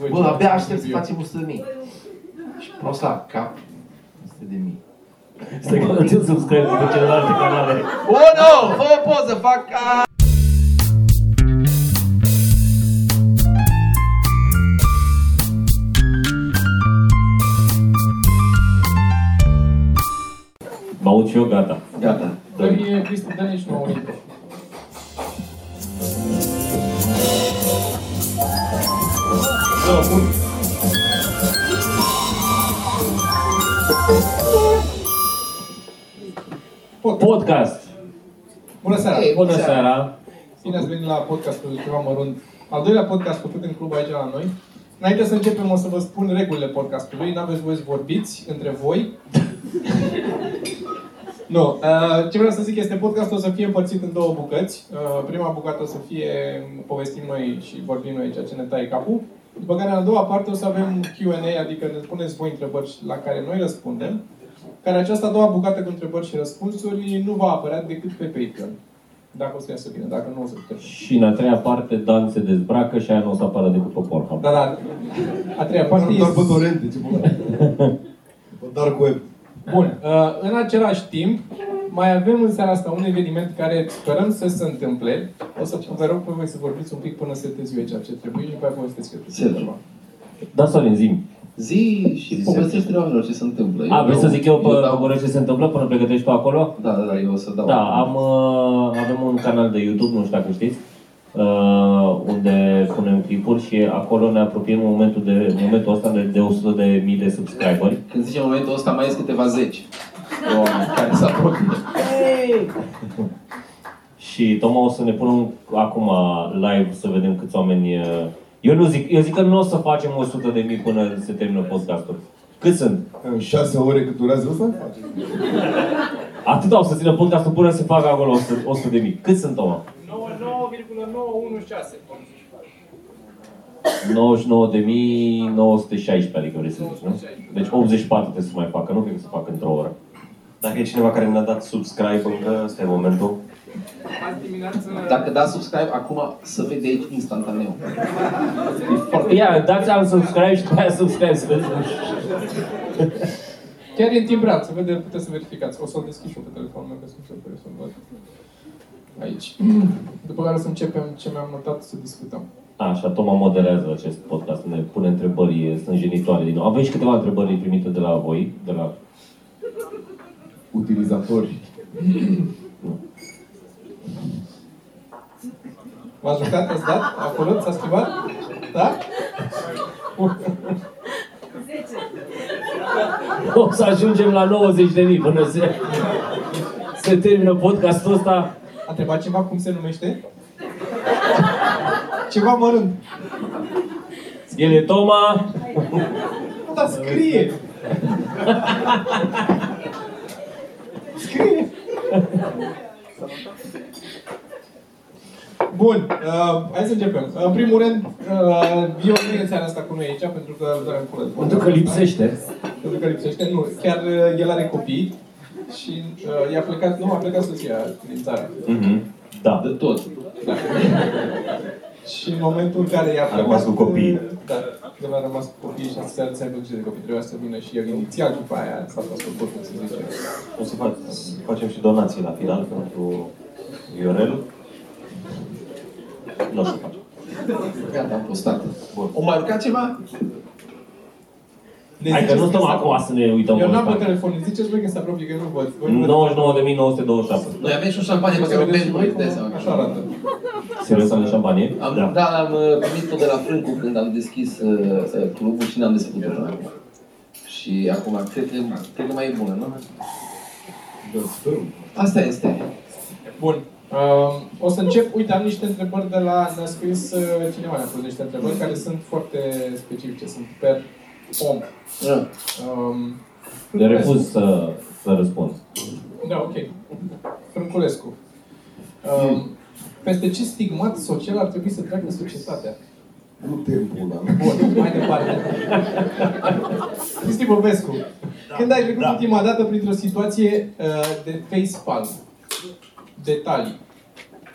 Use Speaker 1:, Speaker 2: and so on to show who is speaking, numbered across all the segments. Speaker 1: voi
Speaker 2: Bă,
Speaker 1: ceva
Speaker 2: abia
Speaker 1: mai
Speaker 2: aștept să
Speaker 1: târziu.
Speaker 2: facem 100 de mii. Și prost la cap. 100 de mii.
Speaker 3: Stai că nu ți subscribe pe celelalte canale.
Speaker 2: O, oh, nu! No! Fă o poză, fac ca...
Speaker 3: Mă aud și eu, gata.
Speaker 2: Gata.
Speaker 1: Dar mie Cristi dă nici nouă uite.
Speaker 3: Podcast!
Speaker 1: Bună seara!
Speaker 2: Ei,
Speaker 3: Bună seara!
Speaker 1: Bine ați venit la podcastul ceva mărunt. Al doilea podcast făcut în club aici la noi. Înainte să începem, o să vă spun regulile podcastului. N-aveți voie să vorbiți între voi. nu. Uh, ce vreau să zic este podcastul o să fie împărțit în două bucăți. Uh, prima bucată o să fie povestim noi și vorbim noi ceea ce ne taie capul. După care, în a doua parte, o să avem Q&A, adică ne puneți voi întrebări la care noi răspundem. Care această a doua bucată cu întrebări și răspunsuri nu va apărea decât pe Patreon. Dacă o să iasă bine, dacă nu o să putem.
Speaker 3: Și în a treia parte, Dan se dezbracă și aia nu o să apară decât pe Pornhub.
Speaker 1: Da, da. A treia parte
Speaker 4: Doar pe
Speaker 1: e...
Speaker 4: torrente, ce bună. Pe dark web.
Speaker 1: Bun. Uh, În același timp, mai avem în seara asta un eveniment care sperăm să se întâmple. O să vă rog pe voi să vorbiți un pic până se eu ceea ce trebuie și după aceea povestesc eu.
Speaker 5: Ce
Speaker 1: ceva.
Speaker 3: Da, Sorin, zim.
Speaker 5: Zi și
Speaker 3: Zi,
Speaker 5: povestește oamenilor ce se întâmplă.
Speaker 3: A, vrei să zic eu pe
Speaker 5: dau-
Speaker 3: vorbești ce se întâmplă până pregătești tu acolo?
Speaker 5: Da, da, da, eu o să dau.
Speaker 3: Da, am, uh, avem un canal de YouTube, nu știu dacă știți, uh, unde punem clipuri și acolo ne apropiem în momentul, de, în momentul ăsta de, de 100 de mii de subscriberi.
Speaker 5: Când zicem în momentul ăsta, mai ies câteva zeci. de Oameni care se apropie.
Speaker 3: Și Toma o să ne punem acum live să vedem câți oameni... uh, Eu, nu zic, eu zic că nu o să facem 100 de mii până se termină podcastul. Cât sunt?
Speaker 4: În șase ore cât durează ăsta? face.
Speaker 3: Atât o să țină podcastul până se facă acolo 100, 100 de mii. Cât sunt, Toma? 99,916. 99.916, adică vrei să zici, nu? Deci 84 trebuie să mai facă, nu cred că se facă într-o oră.
Speaker 6: Dacă e cineva care mi-a dat subscribe încă, ăsta e momentul.
Speaker 1: Azi dimineață...
Speaker 5: Dacă dați subscribe, acum să vede aici instantaneu. E foarte...
Speaker 3: Ia, dați am subscribe și după aia subscribe să vedeți.
Speaker 1: Chiar e în timp real, să vede, puteți să verificați. O să-l deschid și eu pe telefonul meu, că sunt curios să-l văd. Aici. După care o să începem ce mi-am notat să discutăm.
Speaker 3: Așa, Toma moderează acest podcast, ne pune întrebări sânjenitoare din nou. Avem și câteva întrebări primite de la voi, de la...
Speaker 4: Utilizatori.
Speaker 1: V-ați jucat? Ați dat? A apărut? S-a schimbat? Da?
Speaker 3: O să ajungem la 90 de mii până se, se termină podcastul ăsta.
Speaker 1: A întrebat ceva cum se numește? Ceva mărunt.
Speaker 3: El e Toma,
Speaker 1: Nu, dar scrie! scrie! Bun, uh, hai să începem. În primul rând, uh, eu nu e în seara asta cu noi aici, pentru că doar în culă.
Speaker 3: pentru că lipsește.
Speaker 1: Pentru că lipsește, nu. Chiar uh, el are copii și uh, i-a plecat, nu, a plecat soția din țară.
Speaker 3: Mhm. Da.
Speaker 5: De tot.
Speaker 1: Și în momentul în care i-a plecat...
Speaker 6: rămas cu copiii.
Speaker 1: Da, el a rămas cu copiii și asta se aduce de copii. Trebuia să vină și el inițial după aia s-a transformat, cum se zice.
Speaker 6: O să fac, să facem și donații la final pentru Iorel. Nu o să facem.
Speaker 5: Gata, am postat. O mai urcat ceva?
Speaker 1: Ne
Speaker 3: Hai că
Speaker 1: ziceți
Speaker 3: nu stăm
Speaker 1: când s-a-
Speaker 3: acum să ne uităm.
Speaker 1: Deci, Eu
Speaker 3: pe
Speaker 1: n-am pe
Speaker 3: ăsta.
Speaker 1: telefon, îmi ziceți voi când se apropie, că eu nu văd. Voi nu vedeți.
Speaker 3: 99.927.
Speaker 5: Noi avem și un șampanie pe
Speaker 1: Să
Speaker 5: care o
Speaker 1: vedeți și
Speaker 5: bem,
Speaker 1: voi
Speaker 5: voi
Speaker 1: cum-
Speaker 5: de seama.
Speaker 1: Așa arată.
Speaker 3: Serios am de șampanie?
Speaker 5: Am, da. am uh, primit-o de la Frâncu când am deschis uh, uh, clubul și n-am desfăcut până acum. Și acum cred că, cred că mai e bună, nu? Asta este.
Speaker 1: Bun. Uh, o să încep, uite, am niște întrebări de la, ne-a scris uh, cineva, ne-a pus niște întrebări care sunt foarte specifice, sunt per om.
Speaker 5: Da.
Speaker 1: Um,
Speaker 3: Le refuz să, să răspund.
Speaker 1: Da, ok. Frânculescu.
Speaker 3: Hmm.
Speaker 1: Um, peste ce stigmat social ar trebui să treacă societatea?
Speaker 4: Nu timpul ăla.
Speaker 1: Bun, mai departe. Cristi Popescu,
Speaker 3: Da.
Speaker 1: când ai trecut ultima dată printr-o situație uh, de face palm? Detalii.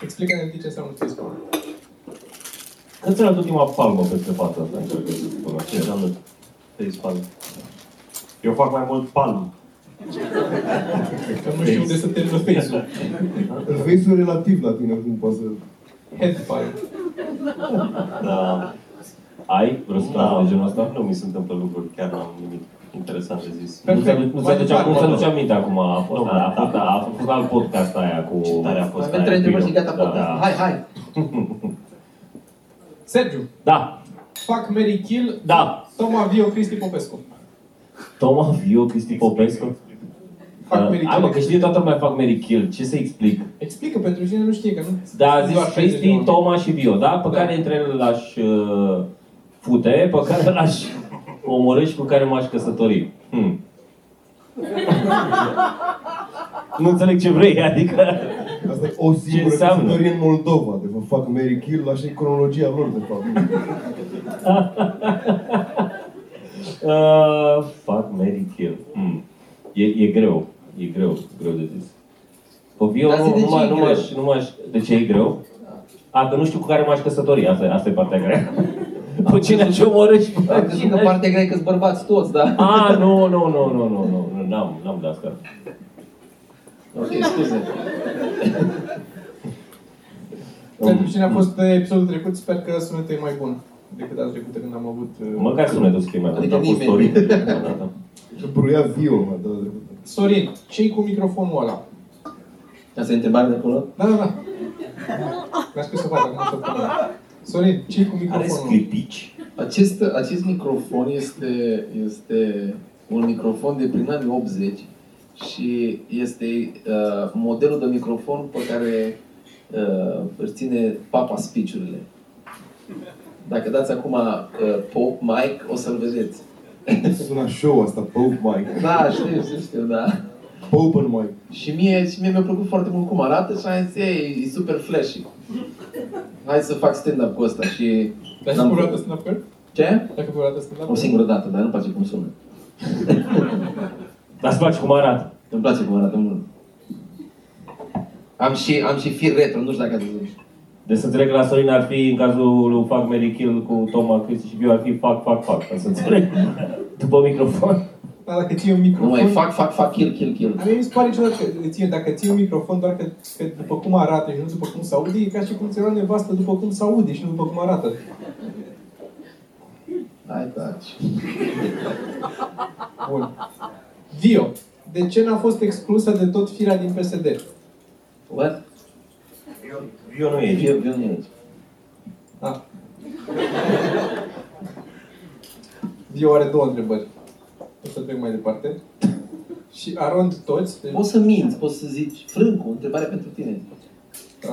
Speaker 1: Explică-ne ce înseamnă face palm.
Speaker 3: Cât ți-a dat ultima palmă peste față? Asta încerc eu să spun. Ce înseamnă trei palme?
Speaker 6: Eu fac mai mult palm.
Speaker 1: Că nu știu unde să termină face-ul.
Speaker 4: Face-ul relativ la tine acum, poate să...
Speaker 1: Head palm.
Speaker 6: Dar
Speaker 3: Ai vreo
Speaker 6: da,
Speaker 3: stradă de genul ăsta?
Speaker 6: nu mi se întâmplă lucruri, chiar n-am nimic interesant de zis.
Speaker 3: Nu ți-a- Nu ți-a
Speaker 1: Mai
Speaker 3: duce acum,
Speaker 1: departe.
Speaker 3: să duce aminte acum. A fost, a, a, fost- a fost alt podcast aia cu...
Speaker 6: Citarea a fost
Speaker 5: Avem trei întrebări și gata,
Speaker 3: Da,
Speaker 5: pot.
Speaker 3: da.
Speaker 5: Hai, hai.
Speaker 1: Sergiu,
Speaker 3: Da,
Speaker 1: fac Mary Kill,
Speaker 3: da.
Speaker 1: Toma Vio, Cristi Popescu.
Speaker 3: Toma Vio, Cristi Popescu.
Speaker 1: Fac Mary
Speaker 3: Uh, Hai mă, că
Speaker 1: Kill.
Speaker 3: știe toată lumea fac Mary Kill. Ce să explic?
Speaker 1: Explică pentru cine nu știe, că nu...
Speaker 3: Da, a
Speaker 1: sunt doar
Speaker 3: zis
Speaker 1: 60 de
Speaker 3: Cristi,
Speaker 1: oameni.
Speaker 3: Toma și Vio, da? Pe
Speaker 1: Da.
Speaker 3: care dintre ele l-aș uh, fute, pe care l-aș omorâ și cu care m-aș căsători. Hmm. nu înțeleg ce vrei, adică...
Speaker 4: Asta e o singură
Speaker 3: înseamnă?
Speaker 4: căsătorie în Moldova. De fapt, fac Mary Kill, așa e cronologia lor, de fapt.
Speaker 3: Uh, fac Mary Kill. Hmm. E, e greu. E greu. Greu de zis. Copii, eu
Speaker 5: Dar zi
Speaker 3: nu,
Speaker 5: de
Speaker 3: nu,
Speaker 5: ce e
Speaker 3: mai- nu,
Speaker 5: greu.
Speaker 3: m-aș, nu m-aș... De ce e greu? A, că nu știu cu care m-aș căsători. Asta, asta e partea grea. Pe cine aș omorâ și
Speaker 5: Da. Am
Speaker 3: pe
Speaker 5: crezut
Speaker 3: cine
Speaker 5: că
Speaker 3: aș...
Speaker 5: partea grea e că-s bărbați toți, da?
Speaker 3: A, Ah, nu, nu, nu, nu, nu, nu, nu, n-am, n-am de asta.
Speaker 5: Ok, scuze.
Speaker 1: Pentru cine a fost eh, episodul trecut, sper că sunetul e mai bun decât data trecută când am avut... eh,
Speaker 3: Măcar sunetul să fie mai bun,
Speaker 5: Adică
Speaker 3: dar cu
Speaker 5: nimeni.
Speaker 3: story.
Speaker 4: Bruia viu, mă, da, de
Speaker 1: Sorin, ce cu microfonul ăla?
Speaker 5: Asta e întrebarea de acolo?
Speaker 1: Da, da, da. Mi-a spus să fac acum să pun. Sorin, ce cu
Speaker 3: Are
Speaker 1: microfonul?
Speaker 3: sclipici?
Speaker 5: Acest, acest microfon este, este un microfon de prin anii 80 și este uh, modelul de microfon pe care uh, îl ține papa speech-urile. Dacă dați acum uh, pop mic, o să-l vedeți.
Speaker 4: Suna show asta, Pope Mike.
Speaker 5: Da, știu, știu, știu, da.
Speaker 4: Pope and Mike.
Speaker 5: Și mie, și mie mi-a plăcut foarte mult cum arată și am zis, "Ei, e super flashy. Hai să fac stand-up cu ăsta și...
Speaker 1: Dar ai
Speaker 5: n-am
Speaker 1: făcut vreodată
Speaker 5: făcut.
Speaker 1: stand-up girl?
Speaker 5: Ce?
Speaker 1: Ai făcut vreodată stand-up
Speaker 5: O singură dată, dar nu-mi place cum sună.
Speaker 3: Dar îți place cum arată.
Speaker 5: Îmi place cum arată mult. Am și, am și fir retro, nu știu dacă ați văzut.
Speaker 3: Deci să înțeleg că la Sorin ar fi, în cazul lui Fac Mary Kill cu Toma, Cristi și Viu, ar fi Fac, Fac, Fac, ca să înțeleg. După microfon.
Speaker 1: Dar Da, dacă ții un
Speaker 5: Nu
Speaker 1: microfon...
Speaker 5: mai fac, fac, fac, kill, kill, kill.
Speaker 1: A mie mi se pare ciudat că ție, dacă ții un microfon doar că, că după cum arată și nu după cum se aude, e ca și cum ți-a luat nevastă după cum se aude și nu după cum arată.
Speaker 5: Hai, taci.
Speaker 1: Bun. Dio, de ce n-a fost exclusă de tot firea din PSD?
Speaker 5: What?
Speaker 6: Eu nu e.
Speaker 5: Eu, eu nu e aici.
Speaker 1: Da. Dio are două întrebări. O să trec mai departe. Și arond toți. Deci,
Speaker 5: Poți să minți, poți să zici, Frâncu, întrebare pentru tine.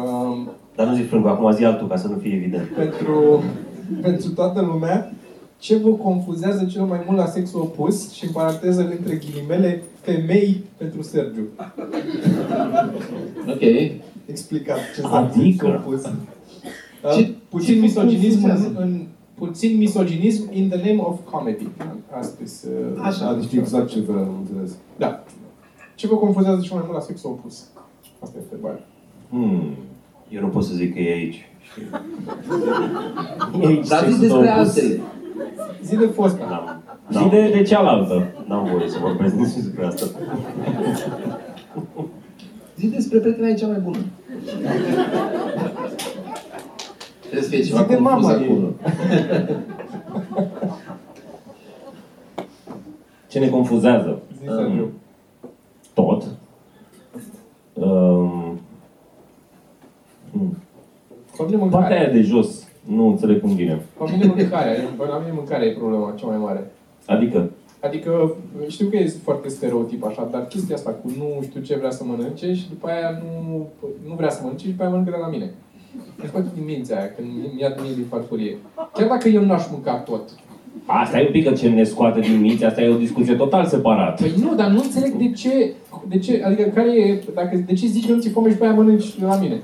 Speaker 1: um,
Speaker 6: Dar nu zic frâncu, acum zi altul, ca să nu fie evident.
Speaker 1: pentru, pentru toată lumea, ce vă confuzează cel mai mult la sexul opus și în paranteză între ghilimele femei pentru Sergiu?
Speaker 5: Ok.
Speaker 1: Explicat ce
Speaker 3: Adică?
Speaker 1: sexul opus.
Speaker 5: Ce-
Speaker 1: Uh, puțin
Speaker 5: ce vă
Speaker 1: misoginism în,
Speaker 5: confuzează?
Speaker 1: în, puțin misoginism in the name of comedy. A spus, uh,
Speaker 4: Așa. Adică știu exact ce vreau, am înțeles.
Speaker 1: Da. Ce vă confuzează cel mai mult la sexul opus? Asta este întrebarea.
Speaker 6: Hmm. Eu nu pot să zic că e aici.
Speaker 3: E aici
Speaker 5: Dar zi
Speaker 3: sexul
Speaker 5: despre
Speaker 3: tău pus.
Speaker 5: altele.
Speaker 1: Zi de fosta.
Speaker 6: N-am, n-am,
Speaker 3: Și de, de cealaltă.
Speaker 6: n-am voie să vorbesc nici despre asta.
Speaker 5: Zi despre prietena e cea mai bună. Trebuie să fie ceva
Speaker 1: Zi de
Speaker 5: confuz
Speaker 1: mama ei.
Speaker 5: acolo.
Speaker 3: Ce ne confuzează?
Speaker 1: Zi Sergiu.
Speaker 3: Tot. Um, hmm.
Speaker 1: Vorbim
Speaker 3: Partea
Speaker 1: mâncarea.
Speaker 3: aia de jos, nu înțeleg cum vine.
Speaker 1: La mine mâncarea, e- la mine mâncarea e problema cea mai mare.
Speaker 3: Adică,
Speaker 1: Adică știu că e foarte stereotip așa, dar chestia asta cu nu știu ce vrea să mănânce și după aia nu, nu vrea să mănânce și după aia mănâncă de la mine. Îmi scoate din mintea aia când mi-a admis din farfurie. Chiar dacă eu n-aș mânca tot.
Speaker 3: asta e un pic că ce ne scoate din minți, asta e o discuție total separată.
Speaker 1: Păi nu, dar nu înțeleg de ce, de ce adică care e, dacă, de ce zici că nu ți foame și pe aia mănânci de la mine?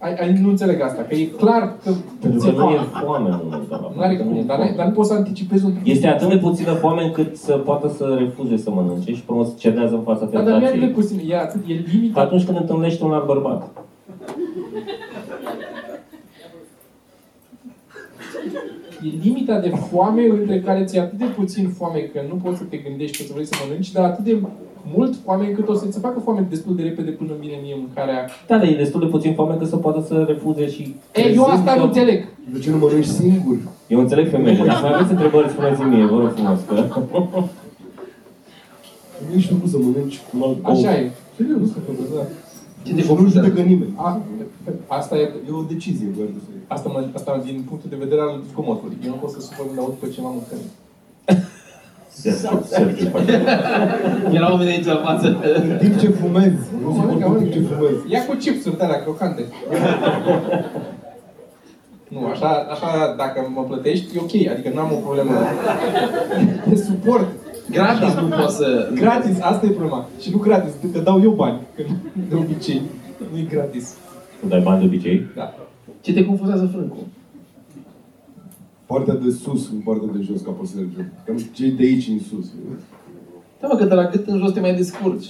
Speaker 1: Ai, ai, nu înțeleg asta, că e clar că
Speaker 3: Pentru
Speaker 1: ți-e
Speaker 3: că nu e
Speaker 1: foame.
Speaker 3: foame, nu, dar
Speaker 1: N-are cum, dar, n-ai- dar nu poți să anticipezi un pic.
Speaker 3: Este atât de puțină foame încât să poată să refuze să mănânce și frumos să cedează în fața
Speaker 1: Da, dar nu e atât de
Speaker 3: tentației.
Speaker 1: puțin, e, atât, e
Speaker 3: Ca
Speaker 1: limita.
Speaker 3: atunci când întâlnești un alt bărbat.
Speaker 1: E limita de foame între care ți-e atât de puțin foame că nu poți să te gândești că să vrei să mănânci, dar atât de mult foame încât o să-ți facă foame destul de repede până îmi vine mie mâncarea.
Speaker 3: Da, dar e destul de puțin foame că să poată să refuze și...
Speaker 1: Ei, eu asta
Speaker 3: Că-
Speaker 1: nu înțeleg.
Speaker 4: De ce nu mănânci singur?
Speaker 3: Eu înțeleg femeile, dacă mai aveți întrebări, spuneți-mi mie, vă rog frumos, că...
Speaker 4: Nici nu poți să mănânci cu un alt
Speaker 1: Așa
Speaker 4: ou.
Speaker 1: e. Serios, da.
Speaker 5: Ce te
Speaker 4: Și nu
Speaker 5: confunzi?
Speaker 4: judecă nimeni.
Speaker 1: A, asta e
Speaker 4: E o decizie, doar nu se-
Speaker 1: Asta, mă, asta din punctul de vedere al zgomotului. Eu nu pot să supăr un aud pe ceva mâncând.
Speaker 6: Sergiu, Sergiu, face-
Speaker 5: Erau oameni aici în față.
Speaker 4: În timp ce fumezi, nu se vorbește în timp ce fumezi.
Speaker 1: Ia cu chipsuri de alea crocante. nu, așa, așa, dacă mă plătești, e ok. Adică nu am o problemă de suport.
Speaker 5: Gratis nu poți să...
Speaker 1: Gratis, asta e problema. Și nu gratis, că dau eu bani. Că de obicei, nu e gratis.
Speaker 3: Tu dai bani de obicei?
Speaker 1: Da.
Speaker 5: Ce te confuzează, Frâncu?
Speaker 4: Partea de sus, nu partea de jos, ca pe Sergiu. Cam cei de aici în sus.
Speaker 5: Da, mă, că de la cât în jos te mai descurci.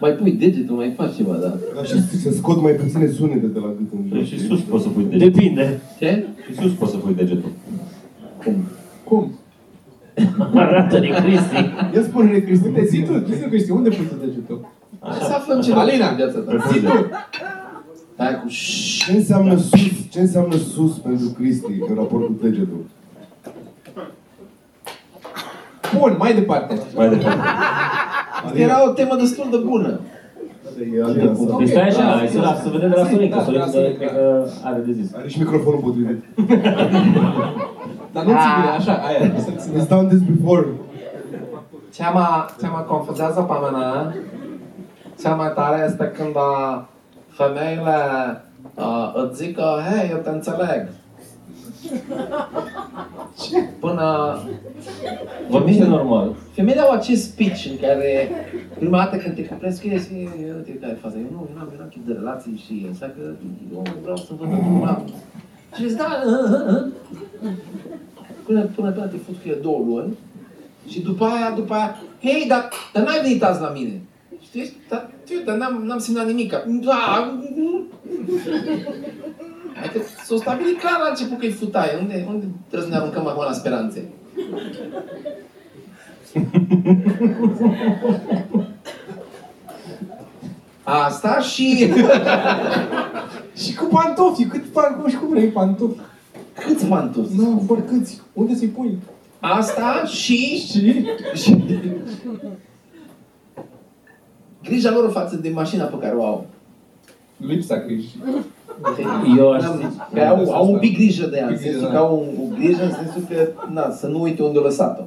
Speaker 5: Mai pui degetul, mai faci ceva, da.
Speaker 4: Dar și se scot mai puține sunete de la gât în
Speaker 6: Păi
Speaker 4: jos.
Speaker 6: Și sus poți să pui degetul.
Speaker 3: Depinde.
Speaker 5: Ce?
Speaker 6: Și sus poți să pui degetul.
Speaker 5: Cum?
Speaker 1: Cum?
Speaker 3: Arată de Cristi.
Speaker 1: Eu spun lui Cristi, te zi tu, zi tu, Cristi, unde pui tu degetul?
Speaker 5: Să aflăm ce
Speaker 1: Alina.
Speaker 5: în viața ta.
Speaker 1: Zi tu!
Speaker 5: Hai cu ș-
Speaker 4: Ce înseamnă sus? Ce înseamnă sus pentru Cristi în raport cu degetul?
Speaker 1: Bun, mai departe.
Speaker 6: Mai departe.
Speaker 5: Asta era o temă destul de bună.
Speaker 4: E Alina sa.
Speaker 3: Deci stai așa,
Speaker 1: da,
Speaker 3: hai să, las- să vedem de la
Speaker 1: zi,
Speaker 3: Sorin, că
Speaker 1: da,
Speaker 3: Sorin
Speaker 1: da,
Speaker 3: de-
Speaker 1: Sorin,
Speaker 3: cred
Speaker 1: da.
Speaker 3: că are de zis.
Speaker 4: Are și microfonul potrivit.
Speaker 1: Dar nu ți vine așa, aia. să- să-
Speaker 4: It's done this before.
Speaker 7: Cea mai, cea mai confuzează pe mine, cea mai tare este când uh, femeile uh, îți zic că, hei, eu te înțeleg.
Speaker 5: Până
Speaker 3: Vorbește normal.
Speaker 5: Femeile au acest speech în care prima dată când te cuplesc, că ești, eu te care faza, eu nu, eu n-am, eu n-am chef de relații și așa că eu vreau să văd cum am. Și zic, da, uh, uh, uh. Până, până, până te fut cu el două luni și după aia, după aia, hei, dar, dar n-ai venit azi la mine. Știi? Dar, tiu, dar n-am, n-am semnat nimic. Da, Adică s-o stabili clar la început că-i futaie. Unde, unde trebuie să ne aruncăm acum la speranțe? Asta și...
Speaker 1: Și cu pantofi, cât pantofi, și cum vrei pantofi?
Speaker 5: Câți pantofi?
Speaker 1: Nu, vor câți? Da, Unde să-i pui?
Speaker 5: Asta și...
Speaker 1: Și?
Speaker 5: și... Grija lor față de mașina pe care o au.
Speaker 1: Lipsa grijii.
Speaker 3: Eu aș
Speaker 5: N-am-
Speaker 3: zice-
Speaker 5: Că au, au un pic grijă de ea, în
Speaker 1: Pic
Speaker 5: sensul
Speaker 1: grijă,
Speaker 5: că
Speaker 1: da.
Speaker 5: au o, o grijă în sensul că na, să nu uite unde o lăsat-o.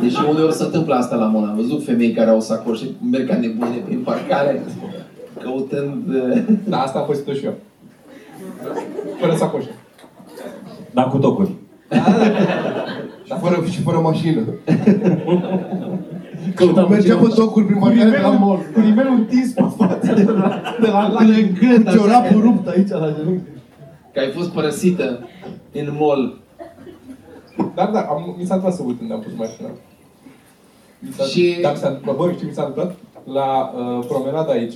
Speaker 5: Deci uneori se întâmplă asta la Mona. Am văzut femei care au sacoși și merg ca nebune prin parcare, căutând... uh,
Speaker 1: Da, asta am pățit și eu. Fără sacoșe.
Speaker 6: Dar cu tocuri.
Speaker 4: Și fără, și fără mașină.
Speaker 3: Și
Speaker 4: Că
Speaker 3: uite,
Speaker 4: mergea
Speaker 3: am
Speaker 4: pe tocuri prin
Speaker 1: Cu
Speaker 4: marcare de la mall.
Speaker 1: nivelul, cu nivelul întins pe față de la, de la lac.
Speaker 4: În gând, ciorapul rupt aici la genunchi.
Speaker 5: că ai fost părăsită în mall
Speaker 1: Dar da, am, mi s-a întâmplat să uit unde am pus mașina. Mi s-a,
Speaker 5: Și-
Speaker 1: Da, mi s-a întâmplat. Bă, știi, mi s-a întâmplat? La uh, promenada aici,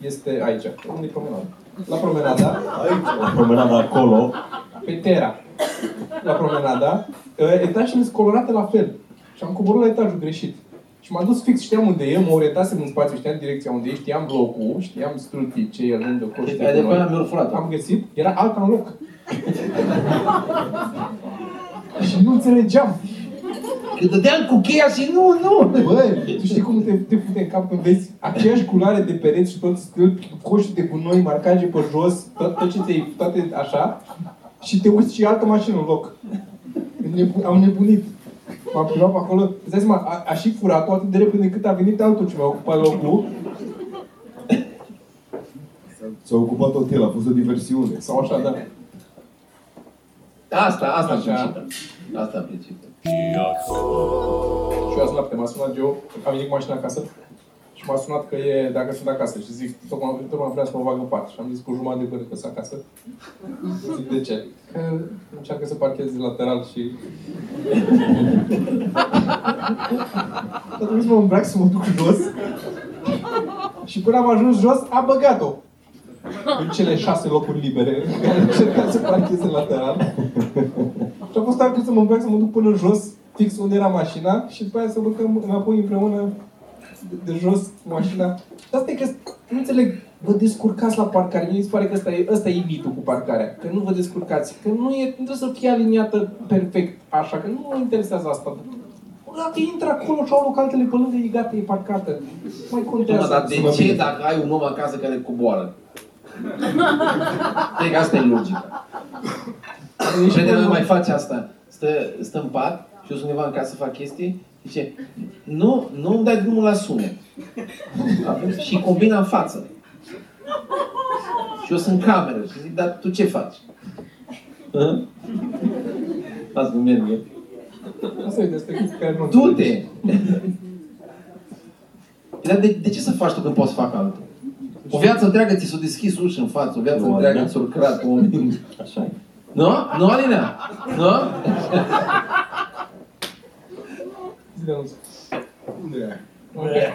Speaker 1: este aici. Unde e promenada? La promenada,
Speaker 6: Promenada acolo.
Speaker 1: pe Tera, la promenada, uh, etajele sunt colorate la fel. Și am coborât la etajul greșit. Și m-am dus fix, știam unde e, mă orientasem în spațiu, știam direcția unde e, știam blocul, știam strutii, ce e lângă
Speaker 5: Deci,
Speaker 1: coșul.
Speaker 5: de pe aia mi-au furat-o.
Speaker 1: Am găsit, era alta în loc. și nu înțelegeam.
Speaker 5: Că dădeam cu cheia și nu, nu!
Speaker 1: Băi, tu știi cum te, te pute în cap când vezi aceeași culoare de pereți și tot stâlpi, coșul de gunoi, marcaje pe jos, tot, tot ce ți-ai, toate așa, și te uiți și e altă mașină în loc. Nebu- am nebunit. M-am plimbat pe acolo. Îți dai seama, a, a și furat-o atât de repede cât a venit altul ce mi-a ocupat locul.
Speaker 4: S-a ocupat tot el, a fost o diversiune.
Speaker 1: Sau așa, da.
Speaker 5: Asta, asta am
Speaker 1: Așa.
Speaker 5: principiu. Asta am principiu.
Speaker 1: Și eu azi noapte m-a sunat Joe, am venit cu mașina acasă și m-a sunat că e, dacă sunt acasă și zic, tocmai, tocmai vrea să mă bag în pat. Și am zis cu jumătate de gură că sunt acasă. Zic, de ce? Că încearcă să parcheze lateral și... A trebuit să mă îmbrac să mă duc jos. Și până am ajuns jos, a băgat-o. În cele șase locuri libere în care încerca să parcheze lateral. Și a fost tare să mă îmbrac, să mă duc până jos, fix unde era mașina, și după aia să urcăm înapoi împreună de, de jos cu mașina. Dar asta e că, nu înțeleg, vă descurcați la parcare. Mie mi se pare că ăsta e, ăsta e mitul cu parcarea. Că nu vă descurcați. Că nu, e, nu trebuie să fie aliniată perfect așa. Că nu mă interesează asta. Dacă intră acolo și au localtele pe lângă, e gata, e parcată. Nu mai
Speaker 5: Mă,
Speaker 1: contează.
Speaker 5: dar de ce dacă ai un om acasă care coboară? Cred că asta e logica. Crede că mai face asta. Stă, stă în pat și eu sunt undeva în casă fac chestii, zice, nu, nu îmi dai drumul la sunet. Atunci, și combina în față. Și eu sunt în cameră și zic, dar tu ce faci? Ă? Hă? Asta nu merge.
Speaker 1: Asta e despre chestii care nu
Speaker 5: Du-te! Dar de, de ce să faci tu când poți să fac altul? O viață întreagă ți s-a deschis uși în față, o viață
Speaker 6: Nu,
Speaker 5: întreagă
Speaker 6: Alina.
Speaker 5: ți-a lucrat oameni.
Speaker 6: Așa e.
Speaker 5: Nu? Nu, Alina? Nu?
Speaker 1: înțelegi.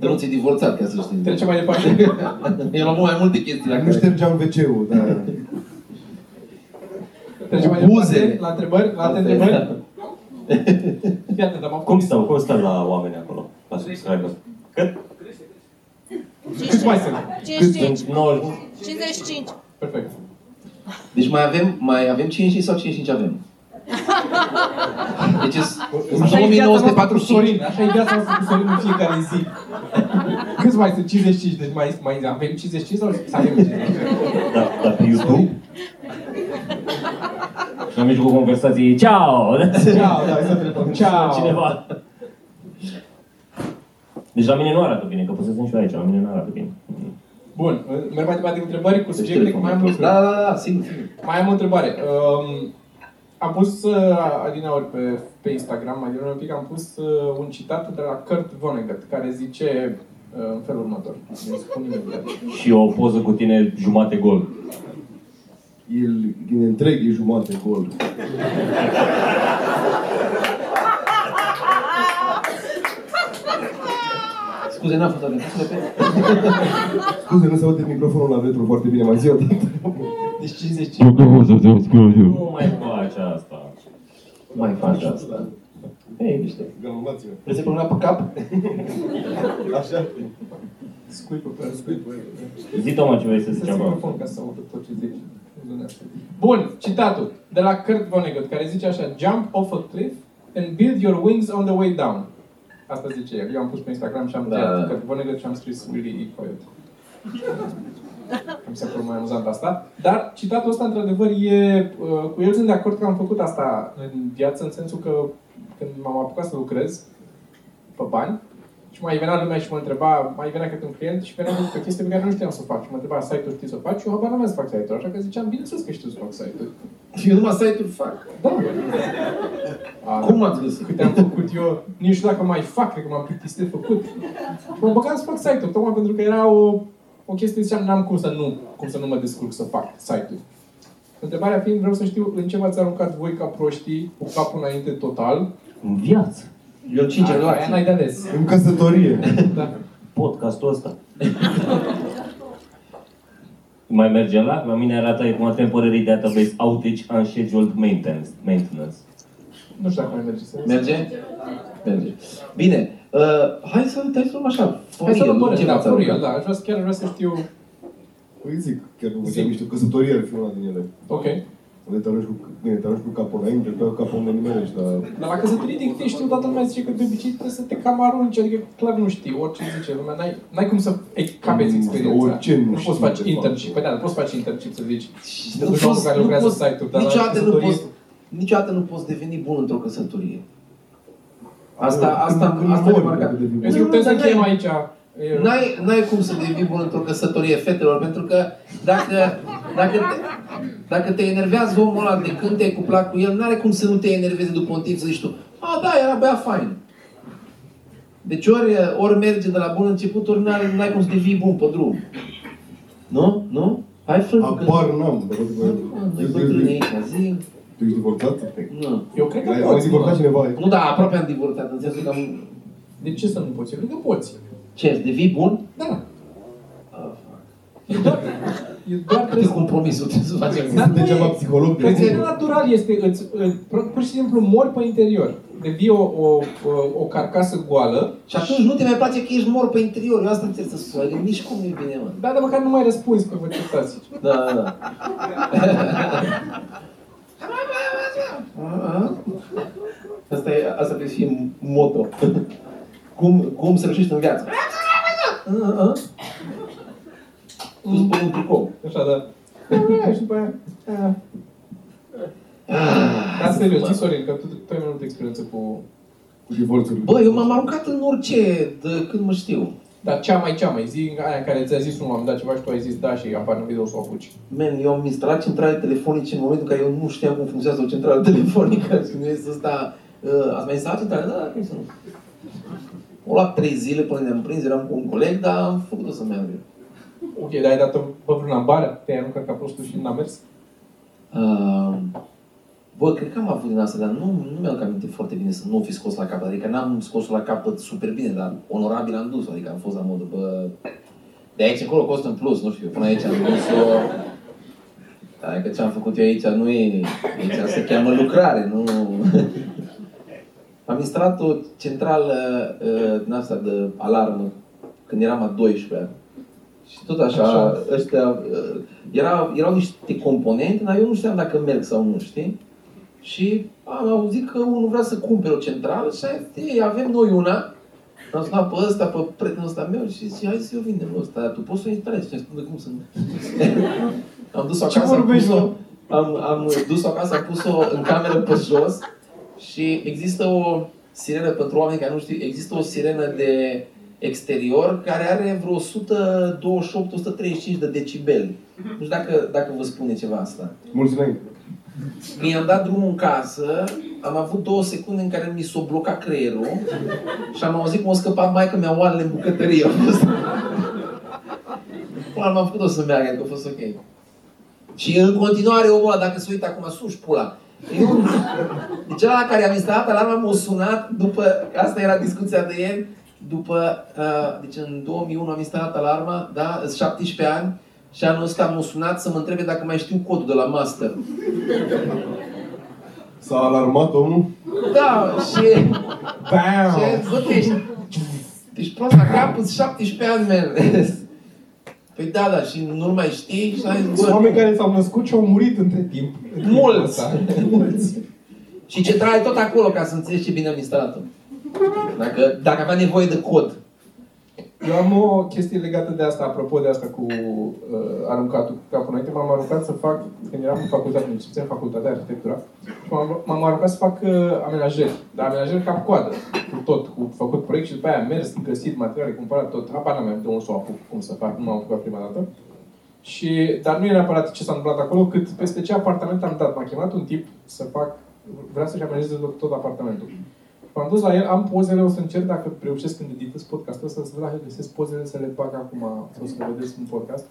Speaker 5: Dar nu ți-ai divorțat, ca să știi.
Speaker 1: Trecem mai departe.
Speaker 5: Mi-am luat mai multe chestii la
Speaker 4: Dacă nu
Speaker 5: care...
Speaker 4: ștergeam WC-ul, dar...
Speaker 1: Trecem mai
Speaker 5: Buzele.
Speaker 1: departe. La întrebări? La alte
Speaker 5: Asta e.
Speaker 1: întrebări? Fii atent, am
Speaker 6: Cum
Speaker 1: acum.
Speaker 6: stau, cum stau la oameni acolo? La subscriber? Cât?
Speaker 1: Cât mai sunt?
Speaker 8: 55.
Speaker 6: Sunt 90.
Speaker 8: 55.
Speaker 1: Perfect.
Speaker 5: Deci mai avem, mai avem 55 sau 55 avem? Deci sunt
Speaker 1: Așa e viața noastră cu
Speaker 5: 2945.
Speaker 1: Sorin. Așa e viața noastră cu Sorin în fiecare zi. Câți mai sunt? 55. Deci mai, mai avem 55 sau să avem 55?
Speaker 6: Dar, dar Da, pe YouTube?
Speaker 3: Și am mijlocul conversației, ceau!
Speaker 1: Ceau, da, să întrebăm. Ceau.
Speaker 3: Cineva. Deci la mine nu arată bine, că păsesc și eu aici, la mine nu arată bine.
Speaker 1: Bun, merg mai departe cu întrebări, cu subiecte, cu mai am lucruri.
Speaker 5: Da, da, da, sigur, sigur.
Speaker 1: Mai am o întrebare. Um, am pus uh, adineori pe, pe Instagram, mai devreme un pic, am pus uh, un citat de la Kurt Vonnegut, care zice uh, în felul următor. Ne spun imediat.
Speaker 3: Și o poză cu tine jumate gol.
Speaker 4: El din întreg e jumate gol.
Speaker 5: Scuze, n-am fost atent. Scuze, repet.
Speaker 4: Scuze, nu se aude microfonul la retro foarte bine, mai zi o dată.
Speaker 1: Deci 55.
Speaker 3: Nu mai faci asta. Nu mai faci asta.
Speaker 5: Ei, miște.
Speaker 4: Galmați-mă.
Speaker 5: Vrei să-i pun mâna pe cap?
Speaker 4: Așa?
Speaker 1: Scuipă pe scuipă.
Speaker 3: Zi, Toma, ce vrei să zici
Speaker 1: Să-ți
Speaker 3: acolo.
Speaker 1: microfon ca să audă tot ce zici. Bun, citatul de la Kurt Vonnegut, care zice așa Jump off a cliff and build your wings on the way down. Asta zice el. Eu am pus pe Instagram și am
Speaker 5: Da.
Speaker 1: da. Kurt Vonnegut și am scris Willy Coyote. Mi s-a părut mai amuzant asta. Dar citatul ăsta, într-adevăr, e... uh, Cu el sunt de acord că am făcut asta în viață, în sensul că când m-am apucat să lucrez pe bani, și mai venea lumea și mă întreba, mai venea câte un client și venea cu chestii pe care nu știam să o fac. Și mă întreba, site-ul știi să o faci? Și eu habar n-aveam să fac site-ul, așa că ziceam, bineînțeles că știu să fac site-ul.
Speaker 5: Eu numai site-uri fac.
Speaker 1: Da. A,
Speaker 5: Cum ați găsit?
Speaker 1: Câte am făcut eu, nici nu știu dacă mai fac, cred că m-am plictisit de făcut. Și mă băgam să fac site-ul, tocmai pentru că era o, o chestie, ziceam, n-am cum să nu, cum să nu mă descurc să fac site-ul. Întrebarea fiind, vreau să știu în ce v-ați aruncat voi ca proștii, cu capul înainte total.
Speaker 3: În viață.
Speaker 5: Eu în 5
Speaker 1: Aia
Speaker 5: relații.
Speaker 1: n-ai de ales.
Speaker 4: În căsătorie.
Speaker 1: Da.
Speaker 6: Podcastul ăsta.
Speaker 3: Mai merge la? La mine arată cum temporary database outage unscheduled maintenance. maintenance.
Speaker 1: Nu știu dacă mai merge să
Speaker 5: Merge? Merge. Bine. Uh, hai să hai să luăm așa.
Speaker 1: Hai să luăm părere,
Speaker 5: ce
Speaker 1: da,
Speaker 5: v-ați aruncat?
Speaker 1: Furiel, da, aș vrea să, chiar vrea să știu...
Speaker 4: Păi zic, chiar nu zic, știu, căsătorie ar fi una din ele.
Speaker 1: Ok.
Speaker 4: Unde te arunci cu, bine, te arunci cu capul înainte, pe capul unde nimerești, dar...
Speaker 1: Dar la căsătorie, din câte știu, toată lumea zice că de obicei trebuie să te cam arunci, adică clar nu știi, orice zice lumea, n-ai, n-ai cum să e- capeți
Speaker 4: Mm,
Speaker 1: experiența.
Speaker 4: orice nu
Speaker 1: poți
Speaker 4: știi,
Speaker 1: să faci
Speaker 4: de
Speaker 1: internship, păi da, nu poți să faci internship să zici.
Speaker 5: Și
Speaker 1: Mă duc la unul care lucrează site-uri, dar la
Speaker 5: niciodată, nu
Speaker 1: căsătorie-
Speaker 5: poți, niciodată nu poți deveni bun într-o căsătorie. Asta, asta,
Speaker 4: Când-
Speaker 5: asta
Speaker 4: când
Speaker 5: e
Speaker 4: mori,
Speaker 5: marcat. Exact,
Speaker 4: când devii
Speaker 1: Eu zic,
Speaker 5: Nu,
Speaker 1: putem să
Speaker 5: dar
Speaker 1: încheiem
Speaker 5: n-ai-
Speaker 1: aici. e,
Speaker 5: N-ai, n-ai cum să devii bun într-o căsătorie fetelor, pentru că dacă, dacă, te, dacă te enervează omul ăla de când te-ai cuplat cu el, n-are cum să nu te enervezi după un timp să zici tu, a, da, era băiat fain. Deci ori, ori merge de la bun început, ori n-ai, n-ai cum să devii bun pe drum. Nu? Nu? Hai, frate, că...
Speaker 4: Apar n-am, dar văd că...
Speaker 5: Noi bătrâni aici, zi.
Speaker 4: Tu ești divorțat?
Speaker 5: Nu.
Speaker 1: Eu cred că
Speaker 4: Ai
Speaker 1: poți.
Speaker 4: auzit divorțat cineva?
Speaker 5: Nu, da, aproape am divorțat, în sensul că am...
Speaker 1: De ce să nu poți? Da. Eu cred că poți.
Speaker 5: Ce, să devii bun?
Speaker 1: Da. e doar
Speaker 5: Câte
Speaker 1: trebuie să...
Speaker 5: compromisuri trebuie să facem?
Speaker 1: Da, nu
Speaker 4: Degeaba
Speaker 1: e.
Speaker 4: psiholog.
Speaker 1: Că
Speaker 4: de-
Speaker 1: ți natural este, îți, î- pur- pur și simplu mori pe interior. Devii o, o, o, o carcasă goală,
Speaker 5: Și atunci nu te mai place că ești mor pe interior. Eu asta încerc să spun. Adică nici cum nu-i bine, mă.
Speaker 1: dar de măcar nu mai răspunzi că vă certați.
Speaker 5: Da, da, da. Asta, e, asta trebuie să fie moto. Cum, cum să reușești în viață? Uh, Îți pun un tricou.
Speaker 1: Așa, da. Și după aia... a. Ah, Dar serios, zi, Sorin, că tu, tu ai mai multă experiență cu, cu divorțurile.
Speaker 5: Bă, eu m-am aruncat în orice de când mă știu.
Speaker 1: Dar cea mai, cea mai, zi aia în care ți-a zis unul, am dat ceva și tu ai zis da și apar în video să o apuci.
Speaker 5: Man, eu am instalat centrale telefonice în momentul în care eu nu știam cum funcționează o centrală telefonică. Și mi-a zis ăsta, "Uh, ați mai instalat centrale? Da, da, cum să nu. O luat trei zile până ne-am prins, eram cu un coleg, dar am făcut-o să meargă.
Speaker 1: Ok, dar ai dat-o pe vreun bară, te-ai aruncat ca prostul și n-a mers.
Speaker 5: Uh, bă, cred că am avut din asta, dar nu, nu mi-am aminte foarte bine să nu fi scos la capăt. Adică n-am scos la capăt super bine, dar onorabil am dus. Adică am fost la modul, bă, de aici încolo costă în plus, nu știu, până aici am dus-o. Adică ce am făcut eu aici nu e, aici se cheamă lucrare, nu... am instalat o centrală uh, din asta de alarmă când eram a 12-a. Și tot așa,
Speaker 1: Așa.
Speaker 5: ăștia, uh, era, erau niște componente, dar eu nu știam dacă merg sau nu, știi? Și am auzit că unul vrea să cumpere o centrală și a zis, "Ei, avem noi una. Am sunat pe ăsta, pe prietenul ăsta meu și zice, hai să eu vindem ăsta, dar tu poți să o instalezi. Și am spus, "De cum să nu? am dus-o
Speaker 1: Ce
Speaker 5: acasă, am
Speaker 1: vorbești,
Speaker 5: pus-o,
Speaker 1: mă?
Speaker 5: am, am dus-o acasă, am pus-o în cameră pe jos și există o sirenă pentru oameni care nu știu, există o sirenă de exterior care are vreo 128-135 de decibeli. Nu știu dacă, dacă vă spune ceva asta.
Speaker 4: Mulțumim.
Speaker 5: Mi-am dat drumul în casă, am avut două secunde în care mi s-a blocat creierul și am auzit cum a scăpat maica mea oalele în bucătărie. Am fost... Până m-am făcut-o să meargă, că a fost ok. Și în continuare omul ăla, dacă se uită acum, suși pula. Eu, deci ăla care am instalat alarma m-a sunat după, asta era discuția de ieri, după, uh, deci în 2001 am instalat alarma, da, sunt 17 ani, și anul ăsta m-a sunat să mă întrebe dacă mai știu codul de la master.
Speaker 4: S-a alarmat omul?
Speaker 5: Da, și...
Speaker 1: Bam!
Speaker 5: Ce? Bă, tu ești... Ești prost la cap, îți 17 ani, man. Păi da, da, și nu mai știi și ai zis,
Speaker 1: Sunt
Speaker 5: bă,
Speaker 1: oameni care s-au născut și au murit între timp. În timpul
Speaker 5: Mulți.
Speaker 1: ăsta. Mulți!
Speaker 5: Și ce trai tot acolo ca să înțelegi ce bine am instalat-o. Dacă, dacă avea nevoie de cod.
Speaker 1: Eu am o chestie legată de asta, apropo de asta cu uh, aruncatul cu capul înainte. M-am aruncat să fac, când eram în facultate, în în facultatea de arhitectura, și m-am, m-am aruncat să fac uh, amenajări. Dar amenajări cap coadă, cu tot, cu făcut proiect și după aia am mers, găsit materiale, cumpărat tot. Habar n-am mai de unde să o apuc, cum să fac, nu m-am apucat prima dată. Și, dar nu e neapărat ce s-a întâmplat acolo, cât peste ce apartament am dat. M-a chemat un tip să fac, vrea să-și amenajeze tot, tot apartamentul. M-am dus la el, am pozele, o să încerc dacă reușesc când editez podcastul ăsta să văd dacă găsesc pozele să le bag acum, o să le vedeți în podcast.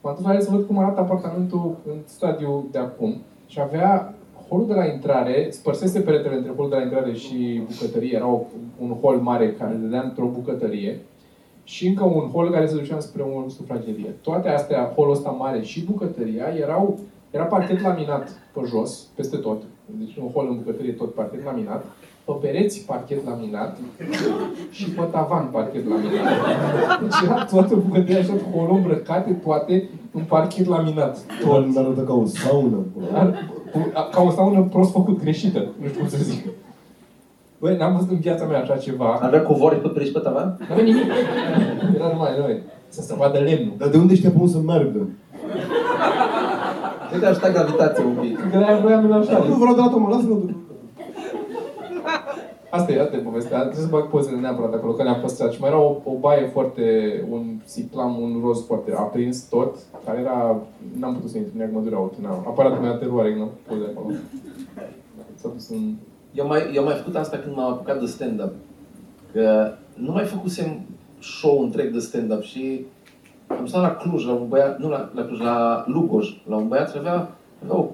Speaker 1: M-am dus la el să văd cum arată apartamentul în stadiu de acum și avea holul de la intrare, spărsese peretele între holul de la intrare și bucătărie, era o, un hol mare care dădea într-o bucătărie și încă un hol care se ducea spre o sufragerie. Toate astea, holul ăsta mare și bucătăria, erau, era parchet laminat pe jos, peste tot. Deci un hol în bucătărie, tot parchet laminat. Pe pereți, parchet laminat și pe tavan, parchet laminat. Deci era toată bucătăria și tot holul îmbrăcate, toate în parchet laminat. Tot.
Speaker 4: Doamne, arată ca o saună. până la urmă.
Speaker 1: Dar, cu- a- ca o saună prost făcut, greșită. Nu știu cum să zic. Băi, n-am văzut în viața mea așa ceva.
Speaker 5: Avea covori pe perești pe tavan?
Speaker 1: N-avea nimic. Era numai noi. Să se vadă lemnul.
Speaker 4: Dar de unde ăștia pun să meargă?
Speaker 5: Cred că aș sta gravitația un pic.
Speaker 1: Că de-aia voiam la
Speaker 4: Nu
Speaker 1: așa.
Speaker 4: vreau dată, mă, lasă-mă.
Speaker 1: Asta e, asta e povestea. Trebuie să bag pozele neapărat acolo, că le-am păstrat. Și mai era o, o baie foarte, un siclam, un roz foarte aprins tot, care era, n-am putut să intru, mi-a mădura ochii, n-am. Aparatul meu de teroare, că n-am putut pozele acolo. S-a dus în...
Speaker 5: Eu mai, eu am mai făcut asta când m-am apucat de stand-up. Că nu mai făcusem show întreg de stand-up și am stat la Cluj, la un băiat, nu la, la Cluj, la Lugoș, la un băiat și avea, avea o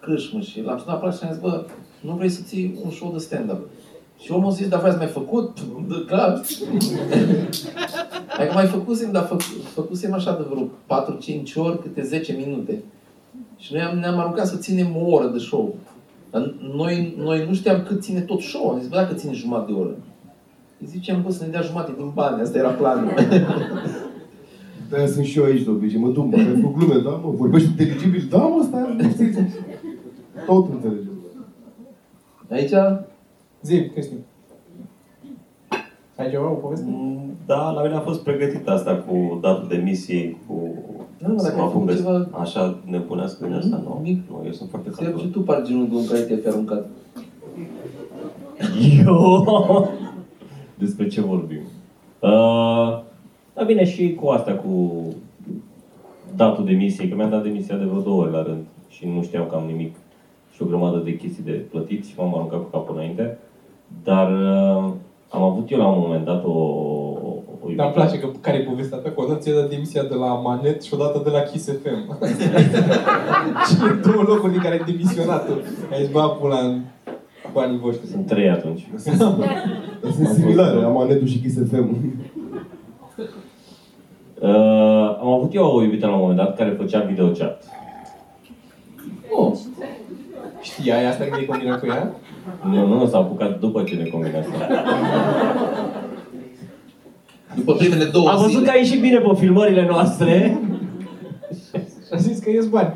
Speaker 5: crâșmă și l-am sunat pe ăla și am zis, bă, nu vrei să ții un show de stand-up? Și omul zice, dar v-ați mai făcut? Da, clar. Adică mai făcusem, dar fă, făcusem așa de vreo 4-5 ori, câte 10 minute. Și noi am, ne-am aruncat să ținem o oră de show. Dar noi, noi nu știam cât ține tot show. Am zis, bă, dacă ține jumătate de oră. Îi ziceam, bă, să ne dea jumate din bani. Asta era planul.
Speaker 4: De-aia sunt și eu aici de obicei, mă duc, ai făcut glume, da, mă, vorbești inteligibil, da, mă, stai, nu știi ce. Tot înțelegem.
Speaker 5: Aici,
Speaker 1: Zi, Cristi. Ai ceva, o poveste?
Speaker 6: Mm, Da, la mine a fost pregătit asta cu datul de misie, cu...
Speaker 5: Nu, mă,
Speaker 6: să
Speaker 5: dacă
Speaker 6: mă
Speaker 5: ai
Speaker 6: apuc
Speaker 5: făcut
Speaker 6: de
Speaker 5: ceva-
Speaker 6: așa nebunească din asta, nu?
Speaker 5: Nimic.
Speaker 6: Nu, eu sunt foarte
Speaker 5: să și
Speaker 6: calcul.
Speaker 5: tu par genul de om care te-ai fi aruncat.
Speaker 3: Eu? Despre ce vorbim? Uh, da, bine, și cu asta, cu datul de misie, că mi-am dat demisia de vreo două ori la rând și nu știam că am nimic și o grămadă de chestii de plătit și m-am aruncat cu capul înainte. Dar uh, am avut eu la un moment dat o, o, o
Speaker 1: Dar Da, îmi place că care e povestea ta? Că odată ți-ai dat demisia de la Manet și odată de la Kiss FM. Cele două locuri din care ai demisionat. Ai zis, bă, pula în banii voștri.
Speaker 3: Sunt trei atunci.
Speaker 4: Dar sunt similare, am anetul și Kiss FM.
Speaker 3: Uh, am avut eu o iubită la un moment dat care făcea videochat.
Speaker 5: Oh,
Speaker 1: Știai asta când ai combinat cu ea?
Speaker 3: Nu, nu, s-a apucat după ce ne combina asta.
Speaker 5: după primele două
Speaker 3: Am văzut
Speaker 5: zile.
Speaker 3: că a ieșit bine pe filmările noastre.
Speaker 1: Și a zis că ies bani.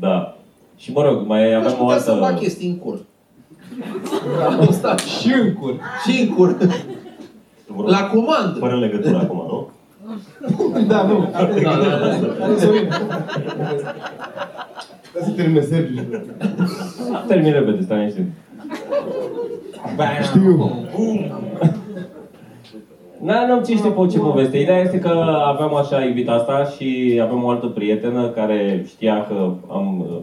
Speaker 3: Da. Și mă rog, mai
Speaker 5: Aș
Speaker 3: aveam o
Speaker 5: putea să
Speaker 3: altă...
Speaker 5: fac chestii în cur. Am postat și,
Speaker 1: Și în cur.
Speaker 5: și în cur.
Speaker 6: Vorbim
Speaker 5: La comandă.
Speaker 6: Fără legătură acum, nu?
Speaker 1: Da, nu.
Speaker 5: Da, da, da.
Speaker 4: Dar să termine Sergiu.
Speaker 3: Termin repede, stai niște.
Speaker 4: Știu.
Speaker 3: Na, nu ce știu pe ce poveste. Ideea este că aveam așa iubita asta și aveam o altă prietenă care știa că am uh,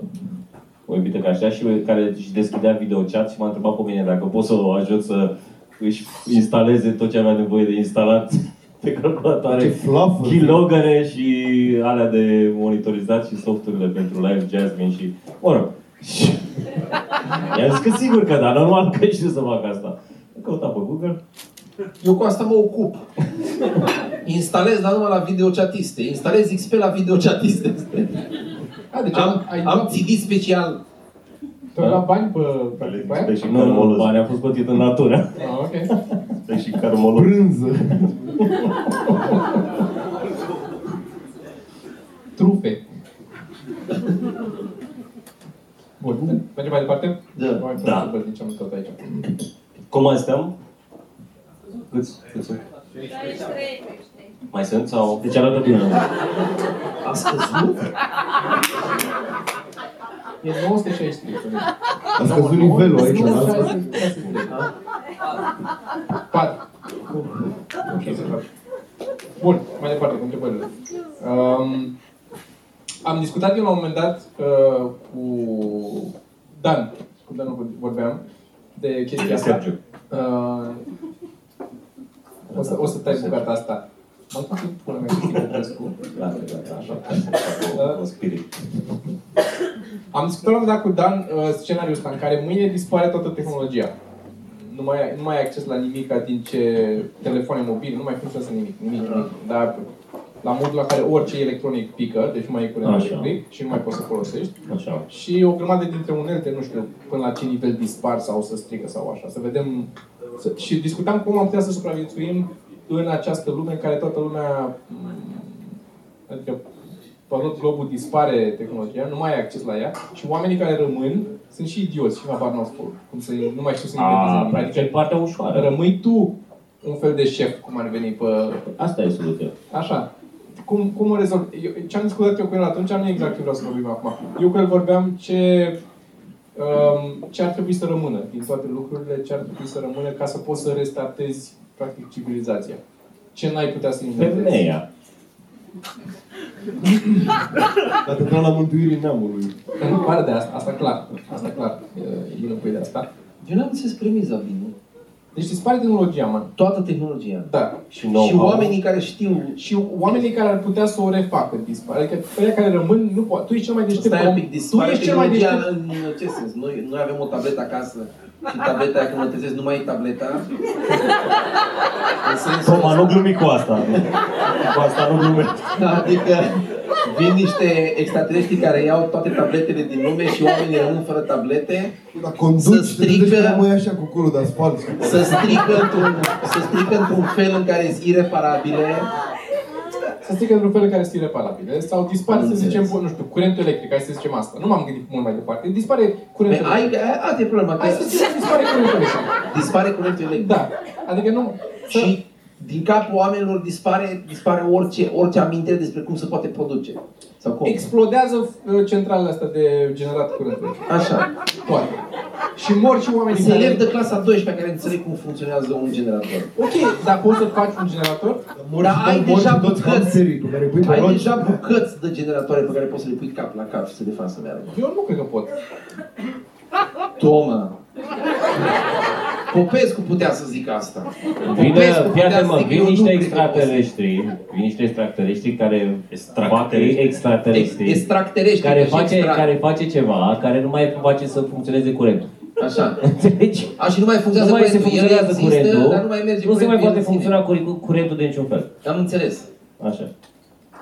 Speaker 3: o iubită ca așa și care își deschidea videochat și m-a întrebat pe mine dacă pot să o ajut să își instaleze tot ce avea nevoie de instalat pe
Speaker 4: Ce
Speaker 3: calculatoare.
Speaker 4: flafă.
Speaker 3: Ghilogăne și alea de monitorizat și softurile pentru live Jasmine și... Mă rog. Și- I-am zis că sigur că da, normal că știu să fac asta. Am căutat pe Google.
Speaker 5: Eu cu asta mă ocup. Instalez, dar numai la videochatiste. Instalez XP la videochatiste.
Speaker 1: A, deci
Speaker 5: Am,
Speaker 1: am, ai
Speaker 5: am
Speaker 1: dat,
Speaker 5: CD special.
Speaker 1: tu ai dat bani pe practic pe aia?
Speaker 6: Deci și
Speaker 3: Nu, nu,
Speaker 6: carmolul.
Speaker 3: banii a fost plătit în natură.
Speaker 1: Ah, ok.
Speaker 6: Deci și carmolul.
Speaker 4: Brânză.
Speaker 1: Trupe. Bun. Mergem mai departe?
Speaker 5: Da.
Speaker 1: Mai pun
Speaker 6: Da.
Speaker 1: întrebări, Nici am tot aici.
Speaker 6: Cum mai stăm? Câți? Câți sunt? Mai sunt sau?
Speaker 3: Deci arată bine.
Speaker 5: A scăzut?
Speaker 1: E 963.
Speaker 4: A scăzut nivelul aici. da?
Speaker 1: 4. Bun, mai departe cu întrebările. Um, am discutat eu la un moment dat uh, cu Dan, cu Dan vorbeam, de chestia asta.
Speaker 6: Sergiu.
Speaker 1: Uh, o, să, o să tai bucata asta. Mă duc în pula mea, Cristi Popescu.
Speaker 6: Da, da, da, așa. Așa, cu- cu spirit.
Speaker 1: Am discutat la un moment dat cu Dan uh, scenariul ăsta în care mâine dispare toată tehnologia. Nu mai, ai- nu mai ai acces la nimic din ce telefoane mobile, nu mai funcționează nimic, nimic, nimic. Dar la modul la care orice e electronic pică, deci nu mai e curent
Speaker 3: Așa. Da.
Speaker 1: electric și nu mai poți să folosești.
Speaker 3: Așa.
Speaker 1: Și o grămadă dintre unelte, nu știu până la ce nivel dispar sau să strică sau așa. Să vedem. Să, și discutam cum am putea să supraviețuim în această lume în care toată lumea. m, Adică pe tot globul dispare tehnologia, nu mai ai acces la ea și oamenii care rămân sunt și idioți și habar n-au spus. Cum să, nu mai știu să inventeze
Speaker 3: A,
Speaker 1: nimic.
Speaker 3: practic e
Speaker 1: Adică
Speaker 3: partea ușoară.
Speaker 1: rămâi tu un fel de șef, cum ar veni pe,
Speaker 3: Asta e soluția.
Speaker 1: Așa. Cum, cum o rezolv? Eu, ce am discutat eu cu el atunci, nu e exact ce vreau să vorbim acum. Eu cu el vorbeam ce, um, ce ar trebui să rămână din toate lucrurile, ce ar trebui să rămână ca să poți să restartezi, practic, civilizația. Ce n-ai putea să inventezi.
Speaker 3: Femeia.
Speaker 4: Cattedrala la mântuirii neamului.
Speaker 1: În partea de asta, asta clar. Asta clar. E, e nevoie de asta.
Speaker 5: Eu n-am înțeles premiza bine.
Speaker 1: Deci dispare tehnologia, mă.
Speaker 5: Toată tehnologia.
Speaker 1: Da.
Speaker 5: Și, și oamenii care știu
Speaker 1: Și oamenii care ar putea să o refacă dispare. Adică ăia care rămân nu poate. Tu ești cel mai deștept
Speaker 5: Stai un
Speaker 1: om.
Speaker 5: pic,
Speaker 1: Tu
Speaker 5: dispare
Speaker 1: ești cel mai
Speaker 5: tehnologia
Speaker 1: deștept.
Speaker 5: în ce sens? Noi, noi avem o tabletă acasă și tableta aia, când mă trezesc nu mai e tableta. În sensul
Speaker 3: Toma, nu glumi cu asta. Cu asta nu glumi.
Speaker 5: Adică vin niște extraterestri care iau toate tabletele din lume și oamenii rămân fără tablete,
Speaker 4: Dar conduci,
Speaker 5: Să
Speaker 4: te gândești
Speaker 5: strică-
Speaker 4: că rămâi așa cu curul de asfalt.
Speaker 5: să strică într-un, să strică într-un fel în care sunt ireparabile.
Speaker 1: Să strică într-un fel în care sunt reparabile. Sau dispare, să
Speaker 5: Înțeles.
Speaker 1: zicem, nu știu, curentul electric. Hai să zicem asta. Nu m-am gândit mult mai departe. Dispare
Speaker 5: Păi
Speaker 1: curentul
Speaker 5: ai,
Speaker 1: electric.
Speaker 5: ai alte probleme,
Speaker 1: Hai
Speaker 5: că
Speaker 1: să zicem, dispare curentul electric.
Speaker 5: dispare curentul electric.
Speaker 1: Da. Adică nu...
Speaker 5: Și din capul oamenilor dispare, dispare orice, orice amintire despre cum se poate produce. Sau cum.
Speaker 1: Explodează uh, centrala asta de generat curent.
Speaker 5: Așa.
Speaker 1: Toate. Și mor și oamenii
Speaker 5: Sunt elev
Speaker 1: care...
Speaker 5: de clasa 12 care înțeleg cum funcționează un generator.
Speaker 1: Ok, dar poți să faci un generator?
Speaker 5: Dar Da, ai deja bucăți.
Speaker 4: serii pe care păi, îi pui pe
Speaker 5: Ai
Speaker 4: roți.
Speaker 5: deja bucăți de generatoare pe care poți să le pui cap la cap și să le faci să meargă.
Speaker 1: Eu nu cred că pot.
Speaker 5: Toma! Popescu putea să zică asta.
Speaker 3: Vine,
Speaker 5: Popescu
Speaker 3: fii atent,
Speaker 5: putea să
Speaker 3: mă,
Speaker 5: zică,
Speaker 3: vin
Speaker 5: eu nu
Speaker 3: niște
Speaker 5: cred că poți.
Speaker 3: extraterestri, vin niște extraterestri care fac
Speaker 6: Extraterestri.
Speaker 3: extraterestri,
Speaker 5: Ex- extracterești,
Speaker 3: care
Speaker 5: deci
Speaker 3: face,
Speaker 5: extra-
Speaker 3: care face ceva, care nu mai face să funcționeze curentul.
Speaker 5: Așa.
Speaker 3: Înțelegi?
Speaker 5: A, și nu mai
Speaker 3: Nu
Speaker 5: funcționează
Speaker 3: mai se
Speaker 5: curentul. El
Speaker 3: funcționează
Speaker 5: există,
Speaker 3: curentul,
Speaker 5: dar nu mai merge
Speaker 3: nu se mai
Speaker 5: curentul
Speaker 3: poate
Speaker 5: în sine.
Speaker 3: funcționa cu- curentul de niciun fel.
Speaker 5: Am înțeles.
Speaker 3: Așa.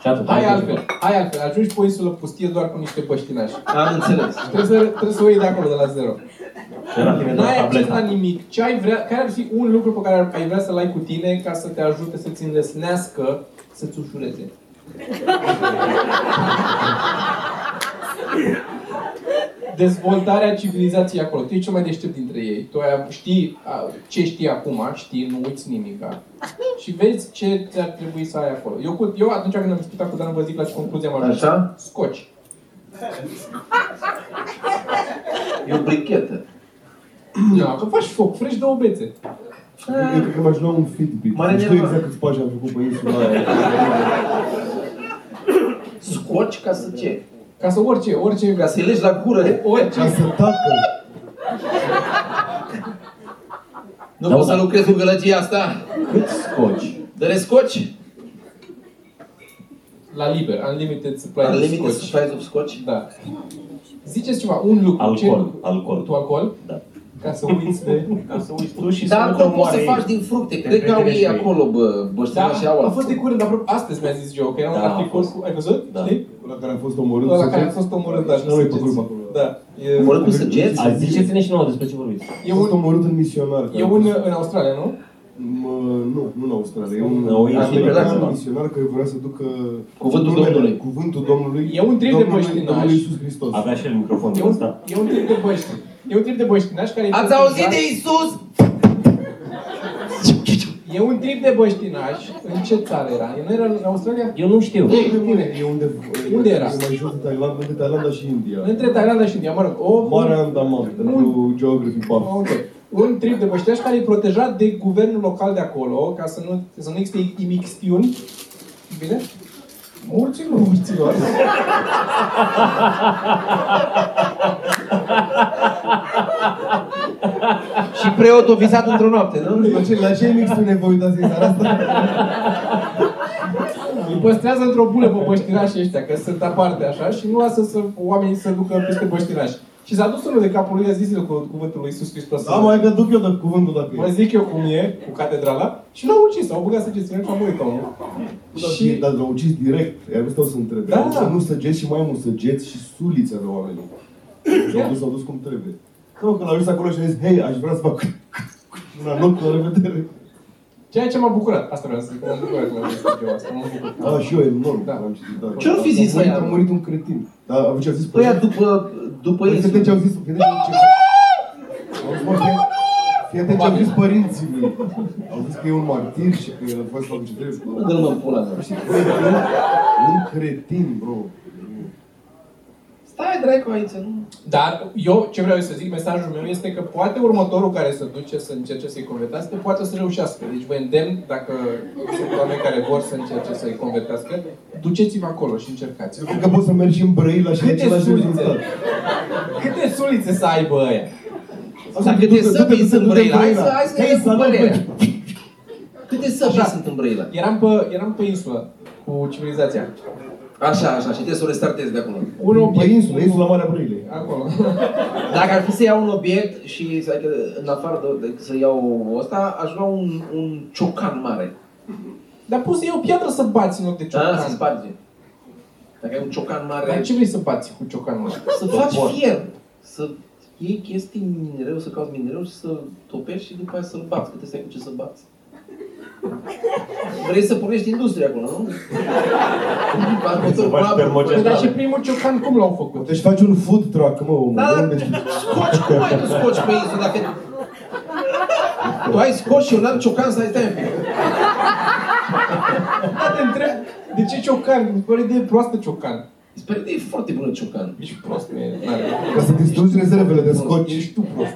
Speaker 3: Și atât.
Speaker 1: Hai
Speaker 3: am
Speaker 1: altfel,
Speaker 3: făcut.
Speaker 1: hai altfel, ajungi pe o insulă pustie doar cu niște băștinași.
Speaker 5: Am înțeles.
Speaker 1: Trebuie să, trebuie să o iei de acolo, de la zero.
Speaker 6: Și la tine doar
Speaker 1: N-ai acces la
Speaker 6: tableta.
Speaker 1: nimic. Ce ai vrea, care ar fi un lucru pe care ar- ai vrea să-l ai cu tine ca să te ajute să-ți înlesnească, să-ți ușureze? Dezvoltarea civilizației acolo. Tu ești cel mai deștept dintre ei. Tu ai- știi a, ce știi acum, știi, nu uiți nimica. Și vezi ce ți-ar trebui să ai acolo. Eu, cu, eu atunci când am discutat cu Dan, vă zic la ce concluzie am ajuns.
Speaker 5: Așa?
Speaker 1: Scoci.
Speaker 5: E o brichetă.
Speaker 1: Da, că faci foc, frești două bețe.
Speaker 4: Eu cred că m-aș lua un Fitbit.
Speaker 5: M-are
Speaker 4: Nu știu
Speaker 5: nervat.
Speaker 4: exact câți pași am făcut pe insula aia.
Speaker 5: Scoci ca să ce?
Speaker 1: Ca să orice, orice
Speaker 5: Ca să-i legi la gură.
Speaker 1: Orice.
Speaker 4: Ca să tacă.
Speaker 5: Nu
Speaker 3: Da,
Speaker 5: poți să
Speaker 3: da.
Speaker 5: lucrezi cu gălăgia asta?
Speaker 3: Cât scoci?
Speaker 5: Dă le scoci?
Speaker 1: La liber, unlimited supply of
Speaker 5: Unlimited
Speaker 1: scotch.
Speaker 5: supplies of scotch?
Speaker 1: Da. Ziceți ceva, un lucru.
Speaker 3: Alcool,
Speaker 1: Ce-
Speaker 3: alcool.
Speaker 1: Tu alcool?
Speaker 3: Da.
Speaker 1: Ca să uiți de...
Speaker 6: Ca să uiți tu și
Speaker 5: Dar
Speaker 6: nu te
Speaker 5: acolo poți să
Speaker 6: omoare
Speaker 5: faci
Speaker 6: ei.
Speaker 5: din fructe.
Speaker 6: Te
Speaker 5: Cred că au ei
Speaker 6: pregătești pe
Speaker 5: acolo, bă, băștina și Da. au
Speaker 1: Da, a
Speaker 5: alții.
Speaker 1: fost de curând, apropo, astăzi mi-a zis Joe, că era un
Speaker 3: Da, a
Speaker 1: articol
Speaker 3: fost.
Speaker 1: cu... Ai văzut?
Speaker 3: Da.
Speaker 1: Știi?
Speaker 4: Ăla care a fost omorât.
Speaker 1: Ăla
Speaker 4: să
Speaker 1: care a
Speaker 4: vezi?
Speaker 1: fost omorât, da, dar
Speaker 4: Și nu-i pe
Speaker 1: săgeți.
Speaker 4: culmă acolo.
Speaker 1: Da. E,
Speaker 5: Omorât cu săgeți?
Speaker 3: A, ziceți-ne și nouă despre ce vorbiți.
Speaker 1: e
Speaker 4: A fost
Speaker 1: un...
Speaker 4: omorât în misionar.
Speaker 1: E un în Australia, nu?
Speaker 4: Mă, nu, nu în Australia. E un
Speaker 3: O insulă,
Speaker 4: american
Speaker 5: da.
Speaker 4: misionar care vrea să ducă
Speaker 5: Cuvântul
Speaker 4: numele-
Speaker 5: Domnului.
Speaker 4: Cuvântul Domnului.
Speaker 1: E un trip de
Speaker 4: Domnului-
Speaker 1: băștinaș.
Speaker 4: Domnului Iisus Hristos.
Speaker 6: Avea și el microfonul
Speaker 1: E un,
Speaker 3: Da.
Speaker 6: ăsta.
Speaker 1: e un tip de băștinaș. E un tip de băștinaș care... e
Speaker 5: Ați
Speaker 1: fertilizat-
Speaker 5: auzit de Isus?
Speaker 1: E un tip de băștinaș. În ce țară era? Nu era în Australia?
Speaker 3: Eu nu știu.
Speaker 1: Ei,
Speaker 4: Nu,
Speaker 1: bine.
Speaker 4: E unde,
Speaker 1: Unde era?
Speaker 4: E mai jos de Thailanda, între Thailanda și India.
Speaker 1: Între Thailanda și India, mă rog. O,
Speaker 4: Marea Andaman, pentru Geography Buff.
Speaker 1: Ok. Un trip de bășteași care e protejat de guvernul local de acolo, ca să nu, să nu existe imixtiuni. Bine? Mulților. Mulților.
Speaker 5: Și preotul visat într-o noapte, nu?
Speaker 4: La ce, la ce emisiune vă uitați în seara asta?
Speaker 1: Îi păstrează într-o bulă pe băștinașii ăștia, că sunt aparte așa, și nu lasă să, oamenii să ducă peste băștinași. Și s-a dus unul de capul lui, a zis el cu cuvântul lui Iisus Hristos.
Speaker 4: Da, mai că duc eu de cuvântul dacă
Speaker 1: Vă
Speaker 4: e.
Speaker 1: zic eu cum e, cu catedrala, și l-au ucis, au băgat să gestionăm și a murit omul.
Speaker 4: Și...
Speaker 1: Și
Speaker 4: Dar l-au ucis direct, iar nu stau să întrebe.
Speaker 1: Da,
Speaker 4: Au zis
Speaker 1: da.
Speaker 4: Nu săgeți și mai mult săgeți și sulițe de oamenii. S-au dus, s-au dus cum trebuie. Că când l-au ajuns acolo și a zis, hei, aș vrea să fac una loc, la revedere.
Speaker 1: ceea ce m-a bucurat, asta vreau să zic, m-am bucurat că l-am văzut eu asta, m-am bucurat.
Speaker 4: Da, și eu enorm.
Speaker 1: Da.
Speaker 4: Am citit, da.
Speaker 5: Ce-ar fi zis
Speaker 4: A murit,
Speaker 5: ăia?
Speaker 4: a murit un cretin. Dar a ce a zis?
Speaker 5: Păi după, după
Speaker 4: Păi, fii
Speaker 5: Isus.
Speaker 4: ce au zis, fii atent ce au zis părinții lui. Au zis că e un martir și că el a fost la ce
Speaker 5: Bă, nu mă pula mea.
Speaker 4: Un cretin, bro.
Speaker 5: Stai, dracu, aici, nu?
Speaker 1: Dar eu ce vreau eu să zic, mesajul meu este că poate următorul care se duce să încerce să-i convertească, poate o să reușească. Deci vă îndemn, dacă sunt oameni care vor să încerce să-i convertească, duceți-vă acolo și încercați.
Speaker 4: Eu cred că poți să mergi și în Brăila și în
Speaker 1: Câte
Speaker 4: același
Speaker 1: sulițe?
Speaker 4: rezultat.
Speaker 1: Câte sulițe să aibă ăia?
Speaker 4: O să
Speaker 5: Câte săbii sunt în Brăila? Hai să, hai să
Speaker 4: Hei,
Speaker 5: vedem cu
Speaker 4: salut,
Speaker 5: părerea.
Speaker 4: băi!
Speaker 5: Câte săbii sunt în Brăila?
Speaker 1: Eram pe, eram pe insulă cu civilizația.
Speaker 5: Așa, așa, și trebuie să o restartezi de acolo.
Speaker 1: Un
Speaker 4: E
Speaker 1: obiect,
Speaker 4: insulă, insula Marea Brăilei.
Speaker 1: acolo.
Speaker 5: Dacă ar fi să iau un obiect și să, adică, în afară de, de, să iau ăsta, aș lua un, un ciocan mare.
Speaker 1: Dar poți să iei o piatră să bați în loc de
Speaker 5: Da, se
Speaker 1: ciocan.
Speaker 5: sparge. Dacă ai un ciocan
Speaker 1: Dar
Speaker 5: mare,
Speaker 1: ce vrei să bați cu ciocanul ăla?
Speaker 5: să faci fier. Să iei chestii minereu, să cauți minereu și să topești și după aia să-l bați. Câte stai cu ce să bați. Vrei să pornești industria acolo, nu? Bați motor
Speaker 6: faci
Speaker 5: cu apă,
Speaker 6: termogel.
Speaker 5: faci
Speaker 1: Dar și
Speaker 5: apă.
Speaker 1: primul ciocan cum l-au făcut?
Speaker 4: Deci faci un food truck, mă, omul.
Speaker 5: Da,
Speaker 4: de
Speaker 5: dar
Speaker 4: unde-
Speaker 5: scoci, cum ai tu scoci pe insulă dacă... Tu ai scoci și eu n-am ciocan, stai, stai un pic.
Speaker 1: Da, te întreb, de ce ciocan? Mi se pare de proastă ciocan.
Speaker 5: Sper că e foarte bună ciocan.
Speaker 1: Ești prost, nu e n-are.
Speaker 4: Ca să distrugi rezervele de scoci.
Speaker 1: Ești tu prost.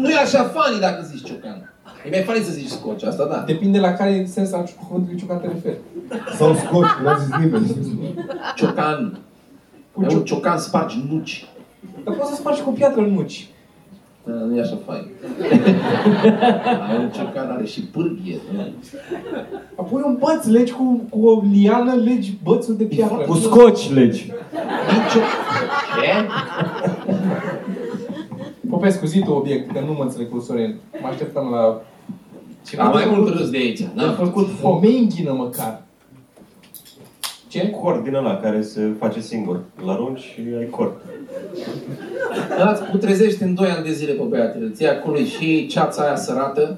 Speaker 5: Nu e așa funny dacă zici ciocan. E mai funny să zici scoci, asta da.
Speaker 1: Depinde la care sens al cuvântului ciocan te referi.
Speaker 4: Sau scoci, că n-a zis nimeni.
Speaker 5: Ciocan.
Speaker 1: Cu
Speaker 5: Cu un
Speaker 1: cioc-
Speaker 5: ciocan spargi nuci.
Speaker 1: Dar poți să spargi cu piatră în nuci.
Speaker 5: Da, Nu e așa fain. Ai un ciocan, are și pârghie. da. nu?
Speaker 1: Apoi un băț, legi cu, cu o liană, legi bățul de piatră.
Speaker 3: Cu scoci legi.
Speaker 5: Din cio... Ce?
Speaker 1: Popescu, zi tu obiect, că nu mă înțeleg cu Sorin. Mă așteptam la...
Speaker 5: Am mai mult râs de aici. da.
Speaker 1: Am
Speaker 5: N-am
Speaker 1: făcut fomenghină măcar. Ce?
Speaker 6: Cord din ăla care se face singur. Îl arunci și ai cord.
Speaker 5: Îți putrezești în 2 ani de zile pe băiatele. Ți acolo și ceața aia sărată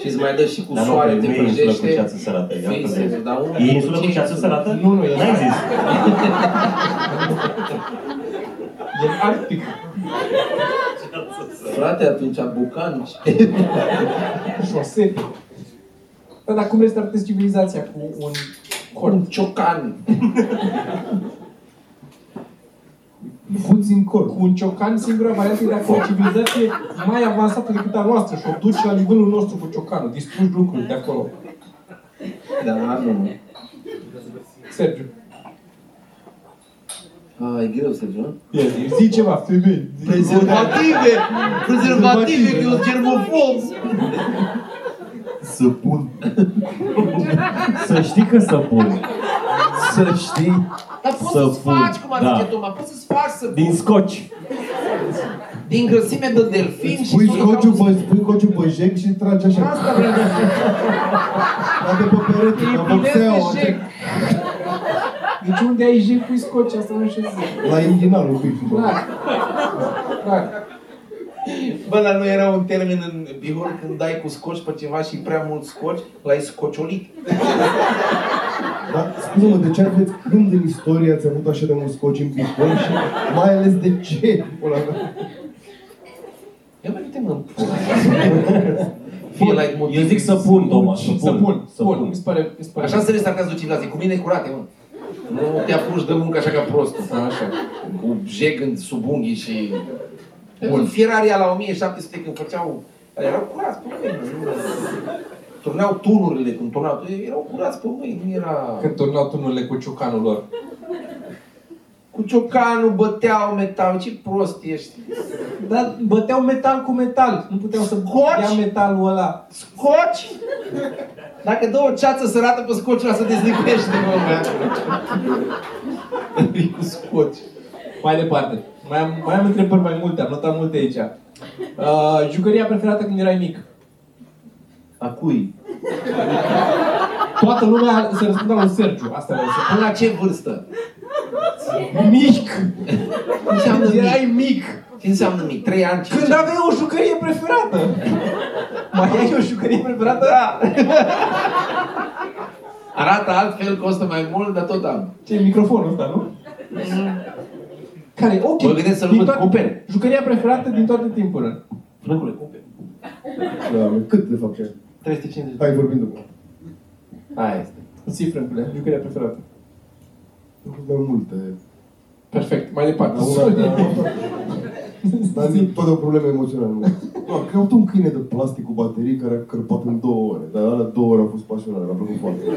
Speaker 5: și îți mai dă și cu
Speaker 6: Dar nu,
Speaker 5: soare,
Speaker 6: că
Speaker 5: te
Speaker 6: nu e insulă cu
Speaker 5: prăjește.
Speaker 6: ceață sărată. E,
Speaker 5: Fii
Speaker 6: altă
Speaker 5: singur,
Speaker 6: de-
Speaker 5: dar unul
Speaker 6: e
Speaker 5: cu
Speaker 6: insulă cu
Speaker 5: ce
Speaker 6: ceață
Speaker 5: insulă?
Speaker 6: sărată?
Speaker 1: Nu, nu e.
Speaker 6: N-ai zis.
Speaker 1: E arctic.
Speaker 5: Frate, atunci Bucan și
Speaker 1: Șosete. Da, dar cum restartezi civilizația cu un
Speaker 5: un
Speaker 1: cort?
Speaker 5: ciocan.
Speaker 4: Fuți în corp.
Speaker 1: Cu un ciocan, singura variantă e dacă o civilizație mai avansată decât a noastră și o duci la nivelul nostru cu ciocanul. Distrugi lucruri de acolo.
Speaker 5: Da, nu.
Speaker 1: Sergiu.
Speaker 5: A, e greu, Sergiu, nu?
Speaker 1: Ia zi, zi ceva, femei. Zi-
Speaker 5: Prezervative! Prezervative, că eu germofob!
Speaker 4: Să pun.
Speaker 3: Să știi că să pun.
Speaker 4: Să știi.
Speaker 5: Dar poți
Speaker 3: Să
Speaker 5: să-ți
Speaker 3: fug,
Speaker 5: faci, cum ar
Speaker 3: da.
Speaker 5: zice Toma, poți să-ți faci să...
Speaker 3: Din scoci.
Speaker 5: Din grăsime de delfin și...
Speaker 4: Pui
Speaker 5: să-i
Speaker 4: scociu
Speaker 5: cauți-
Speaker 4: pe, pui scociu pe jec și tragi așa.
Speaker 1: Asta vreau să zic.
Speaker 4: Ca de pe perete, ca boxeaua.
Speaker 1: Bineînțeles, jec. Deci unde ai jec, pui scoci, asta nu știu să zic.
Speaker 4: La inghinalul pui.
Speaker 1: Clar. Clar.
Speaker 5: Bă, dar nu era un termen în Bihor când dai cu scoci pe ceva și prea mult scoci, l-ai scociolit.
Speaker 4: Dar Da? spune-mă, de ce aveți când în istorie ați avut așa de mult scoci în picon și mai ales de ce? Pula mea.
Speaker 5: Ia mai uite mă în pula. Fie la
Speaker 3: Eu zic să pun, Toma, să
Speaker 1: Să pun,
Speaker 3: pun.
Speaker 1: să pun. Mi se pare, mi se pare.
Speaker 5: Așa se restartează o civilizație, cu mine curate, mă. Nu te apuci de muncă așa ca prost.
Speaker 1: Așa.
Speaker 5: Cu jeg în sub unghii și... Bun. Fieraria la 1700 când făceau... Erau curați pe mâini. nu- Turneau tunurile când turnau. Erau curați pe mâini, nu era...
Speaker 1: Când turnau tunurile cu ciucanul lor.
Speaker 5: Cu ciocanul băteau metal, ce prost ești.
Speaker 1: Dar băteau metal cu metal. Nu puteau să
Speaker 5: Scoci?
Speaker 1: ia metalul ăla.
Speaker 5: Scoci? Dacă dă o ceață sărată pe scociul ăla să dezlipește, mă, mă. cu scoci.
Speaker 1: Mai departe. Mai am, mai am întrebări mai multe, am notat multe aici. Uh, jucăria preferată când erai mic?
Speaker 5: A cui?
Speaker 1: Toată lumea se răspundea la Sergiu. Asta vreau să
Speaker 5: Până la ce vârstă?
Speaker 1: Mic!
Speaker 5: Ce înseamnă
Speaker 1: Când
Speaker 5: mic?
Speaker 1: erai mic!
Speaker 5: Ce înseamnă mic? 3 ani? 5
Speaker 1: Când aveai o jucărie preferată! Mai ai o jucărie preferată? Da!
Speaker 5: Arată altfel, costă mai mult, dar tot am.
Speaker 1: Ce e microfonul ăsta, nu? Care, ok.
Speaker 5: Mă gândesc să-l
Speaker 1: Din
Speaker 5: văd
Speaker 1: toate-
Speaker 5: cu pene.
Speaker 1: Jucăria preferată din toate timpurile.
Speaker 5: Plăcule, cumpere.
Speaker 4: Da, mă, cât de fapt e?
Speaker 5: 350.
Speaker 4: Hai vorbind după.
Speaker 5: Aia este.
Speaker 1: Zi, frâncule, jucăria preferată.
Speaker 4: De multe.
Speaker 1: Perfect, mai departe.
Speaker 4: La una de Dar zic toate o problemă emoțională. Doar că un câine de plastic cu baterii care a cărpat în două ore. Dar alea două ore a fost pasionat, mi-a plăcut foarte mult.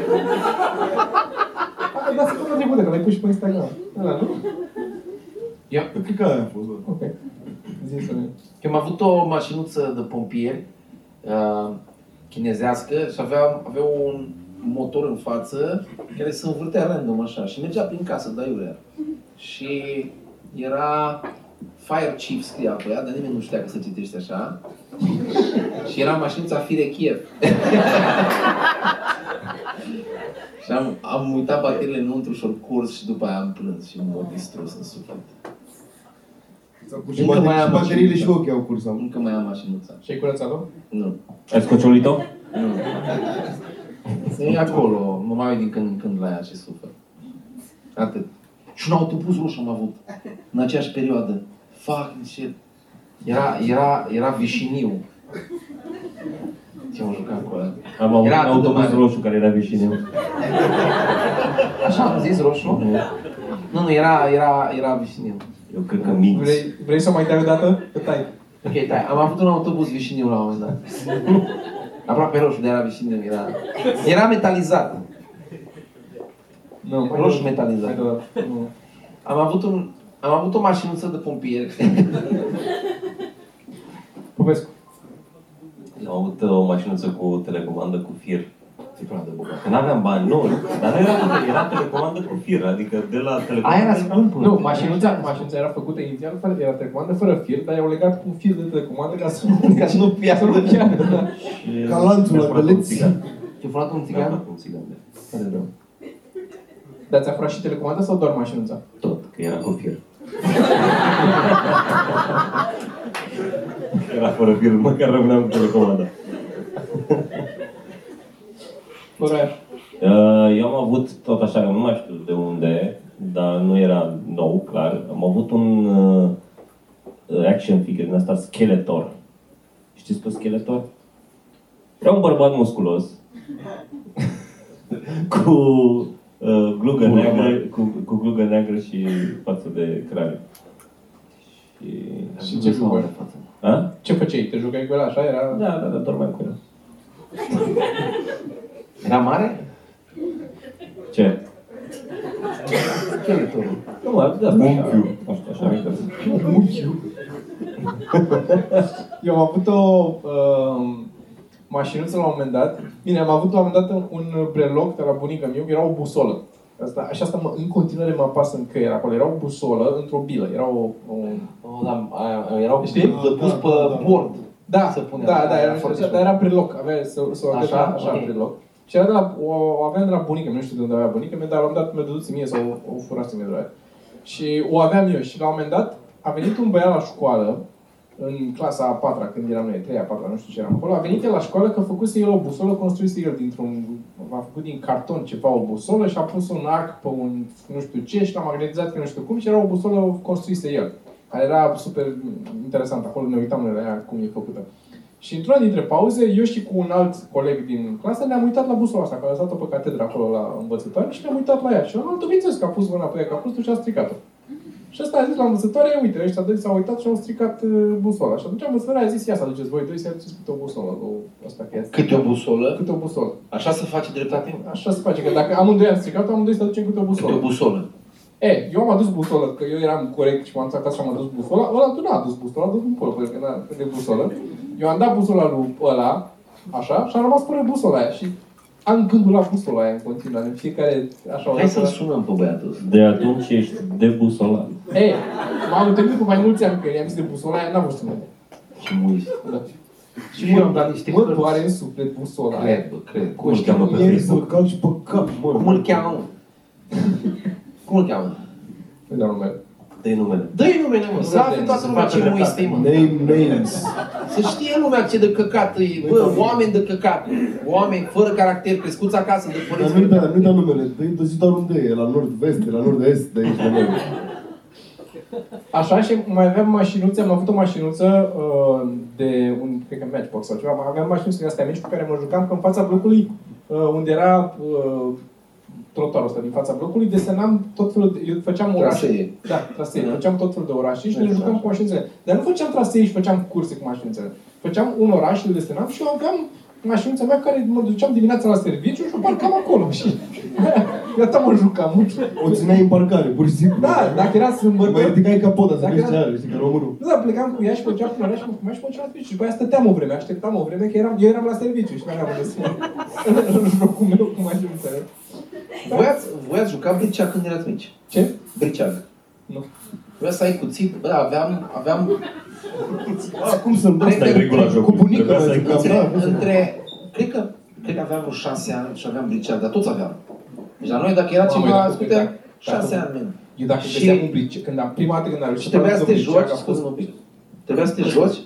Speaker 1: Da, săptămâna trecută, că l-ai pus și pe Instagram. Ăla, nu?
Speaker 4: Cred că aia a fost, bă.
Speaker 1: Ok. Zi, Sorin.
Speaker 5: Eu am avut o mașinuță de pompieri uh, chinezească și avea, avea un motor în față care se învârtea random așa și mergea prin casă, da iurea. Și era Fire Chief scria pe ea, dar nimeni nu știa că se citește așa. și era mașinuța Fire Kiev. și am, am uitat bateriile înăuntru și ori curs și după aia am plâns și m-au distrus în suflet.
Speaker 4: Și, bate- și bateriile și ochii au curs. am-
Speaker 5: Încă mai am mașinuța.
Speaker 1: Și ai curățat-o?
Speaker 5: Nu.
Speaker 3: Ai scociolit-o?
Speaker 5: Nu. E acolo, mă mai uit din când în când la ea și sufăr. Atât. Și un autobuz roșu am avut. În aceeași perioadă. Fuck, shit. Era, era, era vișiniu. Ce am jucat cu ăla?
Speaker 3: Am avut un
Speaker 5: Era atât de
Speaker 3: autobuz
Speaker 5: mare.
Speaker 3: roșu care era vișineu.
Speaker 5: Așa am zis, roșu? Nu, nu, era, era, era vișiniu.
Speaker 3: Eu cred că minți.
Speaker 1: Vrei, vrei să mai dai o dată? Că tai.
Speaker 5: Ok, tai, am avut un autobuz vișiniu la un moment dat. Aproape roșu, dar era vișiniu. Era, era metalizat.
Speaker 1: Nu, mai
Speaker 5: Roșu
Speaker 1: dă-
Speaker 5: metalizat.
Speaker 1: mai dă o dată. Nu.
Speaker 5: Am avut, un, am avut o mașinuță de pompieri.
Speaker 1: Popescu.
Speaker 6: Am avut uh, o mașinuță cu telecomandă cu fir. Țiplă de bucă. Că n-aveam bani, nu, dar nu era, cu fir, era telecomandă cu fir, adică de la telecomandă.
Speaker 5: Aia era scumpă.
Speaker 1: Nu, mașinuța, mașinuța era făcută inițial, fără, era telecomandă, fără fir, dar i-au legat cu un fir de telecomandă ca să nu, ca să nu piară. Să nu piară, da.
Speaker 6: Și
Speaker 4: Ca lanțul
Speaker 6: mi-a
Speaker 4: la
Speaker 6: furat un
Speaker 4: beleți.
Speaker 6: țigan.
Speaker 5: Te-a furat un
Speaker 6: Mi-a
Speaker 5: țigan?
Speaker 6: furat un țigan, da.
Speaker 5: Care rău.
Speaker 1: Dar ți-a furat și telecomanda sau doar mașinuța?
Speaker 6: Tot, că era cu fir. era fără fir, măcar rămâneam cu telecomanda.
Speaker 1: Fără
Speaker 3: Uh, Eu am avut tot așa, nu mai știu de unde, dar nu era nou, clar. Am avut un uh, action figure din asta, Skeletor. Știți pe Skeletor? Era un bărbat musculos cu uh, glugă
Speaker 6: Bună,
Speaker 3: neagră,
Speaker 6: mă.
Speaker 3: cu, cu glugă neagră și față de craniu. Și...
Speaker 1: Și ce jucări?
Speaker 3: A?
Speaker 1: Ce făceai? Te jucai cu el așa? Era...
Speaker 3: Da, da, da, dormeam cu el.
Speaker 5: Era mare?
Speaker 3: Ce?
Speaker 5: Scheletorul.
Speaker 3: Nu, mă, de asta așa, nu știu, așa mică.
Speaker 1: Eu am avut o uh, mașinuță la un moment dat. Bine, am avut la un moment dat un breloc de la bunica mea, era o busolă. Asta, așa asta mă, în continuare mă apasă în căier acolo. Era o busolă într-o bilă. Era o, o
Speaker 5: O, da, aia, erau
Speaker 1: Știi?
Speaker 5: de pus
Speaker 4: Da,
Speaker 5: pe
Speaker 4: da, da.
Speaker 5: bord.
Speaker 1: Da,
Speaker 5: se punea.
Speaker 1: da, da, era,
Speaker 5: foarte
Speaker 1: așa, dar era preloc, avea să, să o
Speaker 5: Așa?
Speaker 1: așa, așa
Speaker 5: Ok.
Speaker 1: preloc. Și era de la, o, o aveam de la bunica, mea, nu știu de unde avea bunica mea, dar la un moment dat mi-a dădut mie sau o, o furase mie de la ea. Și o aveam eu și la un moment dat a venit un băiat la școală, în clasa a patra, când eram noi, treia, a patra, nu știu ce eram acolo, a venit el la școală că făcuse el o busolă, construise el dintr-un, a făcut din carton ceva o busolă și a pus un arc pe un nu știu ce și l-a magnetizat pe nu știu cum și era o busolă o construise el. Care era super interesant, acolo ne uitam noi la ea cum e făcută. Și într-una dintre pauze, eu și cu un alt coleg din clasă ne-am uitat la busola asta, că a lăsat-o pe catedra acolo la învățătoare și ne-am uitat la ea. Și am bineînțeles că a pus mâna pe ea, că a pus și a stricat-o. Și asta a zis la învățătoare, uite, ăștia doi s-au uitat și au stricat uh, busola. Și atunci învățătoarea a zis, ia să aduceți voi doi să aduceți câte o busolă. O, asta că e asta.
Speaker 5: Câte o busolă?
Speaker 1: Câte o busolă.
Speaker 5: Așa se face dreptate?
Speaker 1: Așa se face, că dacă amândoi am stricat-o, amândoi să aducem câte o
Speaker 5: Câte o
Speaker 1: busolă.
Speaker 5: busolă?
Speaker 1: E, eu am adus busolă, că eu eram corect și m-am dus acasă și am adus busola. Ăla tu n-a adus busola, a adus un pulă, pentru că n-a de busolă. Eu am dat busola lui ăla, așa, și am rămas fără busola aia. Și am gândul la busola aia în continuare, în fiecare așa o
Speaker 5: Hai să-l
Speaker 1: dată.
Speaker 5: sunăm pe băiatul ăsta.
Speaker 3: De atunci ești debusolat.
Speaker 1: E, m-am întâlnit cu mai mulți ani, că i-am zis de busola aia, n-am vrut să mă dea.
Speaker 5: Și muist.
Speaker 1: Da.
Speaker 5: Și eu am dat niște
Speaker 1: Mă
Speaker 5: cărți.
Speaker 1: doare în suflet busola aia.
Speaker 5: Cred, bă, cred.
Speaker 6: Cum îl cheamă pe
Speaker 4: Ieri să
Speaker 6: Facebook?
Speaker 4: calci pe cap, mă.
Speaker 5: Cum îl cheamă? Cum îl cheamă?
Speaker 1: Nu-i dau numele.
Speaker 6: Dă-i numele.
Speaker 5: Dă-i numele, mă, să afle toată lumea ce muiste mă.
Speaker 4: Name names.
Speaker 5: Să știe lumea ce de căcat e, bă, oameni de căcat, oameni fără caracter, crescuți acasă de
Speaker 4: Dar
Speaker 5: părinți.
Speaker 4: nu-i da, nu-i da numele, dă-i dă zi doar unde e, la nord-vest, e la nord-est, de aici de noi.
Speaker 1: Așa și mai aveam mașinuțe, am avut o mașinuță uh, de un, cred că Matchbox sau ceva, mai aveam mașinuțe din astea mici cu care mă jucam că în fața blocului, uh, unde era uh, trotuarul ăsta din fața blocului, desenam tot felul de, eu făceam orașe.
Speaker 5: Trasee.
Speaker 1: Da, trasee.
Speaker 5: Da.
Speaker 1: Făceam tot felul de orașe și ne
Speaker 5: Exact.
Speaker 1: jucam cu mașințele. Dar nu făceam trasee și făceam curse cu mașințele. Făceam un oraș, îl desenam și eu aveam mașinuța mea care mă duceam dimineața la serviciu și o parcam acolo. Și Gata mă juca, mușchi.
Speaker 4: O țineai în parcare, pur și simplu.
Speaker 1: Da, dacă era sâmbătă...
Speaker 4: Mai ridicai capota să
Speaker 1: Dacă
Speaker 4: vezi ce
Speaker 1: era-
Speaker 4: are, știi, că românul.
Speaker 1: Nu, dar plecam cu ea și făceam până la și mă și făceam la serviciu. Și după aia stăteam o vreme, așteptam o vreme, că eram, eu eram la serviciu și nu aveam unde să mă... În jocul meu, cum aș înțeleg.
Speaker 5: Voi ați, voi ați jucat briceac când erați mici?
Speaker 1: Ce?
Speaker 5: Briceac.
Speaker 1: Nu.
Speaker 5: Vreau să ai cuțit, bă, aveam, aveam
Speaker 4: A, cum să-mi dau
Speaker 5: Asta e
Speaker 6: regula
Speaker 4: Cu
Speaker 6: jocului.
Speaker 4: bunica
Speaker 6: Trebuia
Speaker 4: mea
Speaker 6: să ai
Speaker 4: jucam,
Speaker 5: între,
Speaker 4: da.
Speaker 5: între cred că, cred că aveam vreo șase ani și aveam briceag, dar toți aveam. Deci la noi, dacă era
Speaker 1: Mamă, eu
Speaker 5: ceva,
Speaker 1: dacă
Speaker 5: scutea,
Speaker 1: puteam.
Speaker 5: șase
Speaker 1: Dacă-
Speaker 5: ani men.
Speaker 1: Eu dacă
Speaker 5: Și-
Speaker 1: găseam un brice, când am prima dată când am
Speaker 5: Și
Speaker 1: reușit...
Speaker 5: trebuia să te
Speaker 1: să-mi
Speaker 5: joci,
Speaker 1: briceag, a Păi, fost-
Speaker 5: scuze-mă un pic, trebuia să te joci,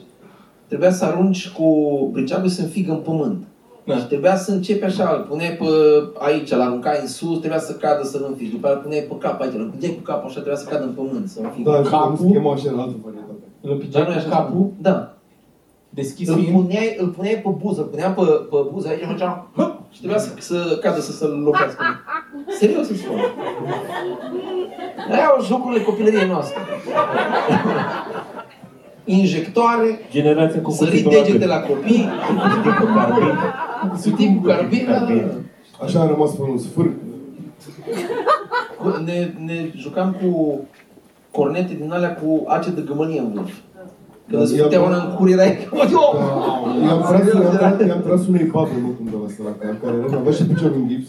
Speaker 5: trebuia să arunci cu briceagul să înfigă în pământ.
Speaker 1: Da.
Speaker 5: Și trebuia să începi așa, îl puneai pe aici, îl aruncai în sus, trebuia să cadă să-l înfigi, după aia îl puneai pe cap aici, îl puneai cu capul așa, trebuia să cadă în pământ, să înfigi.
Speaker 4: Da, și cum
Speaker 1: Capul.
Speaker 4: se chema așa la altă varietate.
Speaker 1: Îl
Speaker 5: Dar nu e
Speaker 1: împiceam
Speaker 5: așa
Speaker 1: cu capul,
Speaker 5: Da.
Speaker 1: deschis
Speaker 5: Îl
Speaker 1: fiind,
Speaker 5: puneai, îl puneai pe buză, îl puneam pe, pe buză aici și făceam "Hă!" și trebuia să, să cadă să se lovească. Serios îți spun. Aia au jocurile copilăriei noastre. Injectoare,
Speaker 3: Generația cu
Speaker 5: sări
Speaker 3: cuțitul la
Speaker 5: degete
Speaker 3: gât.
Speaker 5: la copii,
Speaker 6: Cu carbine.
Speaker 5: cutii cu carbina.
Speaker 6: Carbine.
Speaker 4: Așa a rămas fără un sfârc.
Speaker 5: Cu- Ne, ne jucam cu cornete din alea cu ace de gămănie în vârf. Când îți putea una în cur, erai ca...
Speaker 4: Da. I-am tras, i-am tras, i-am tras unei babe, mă, cum de la săraca, aia, care era, avea și picior în gips.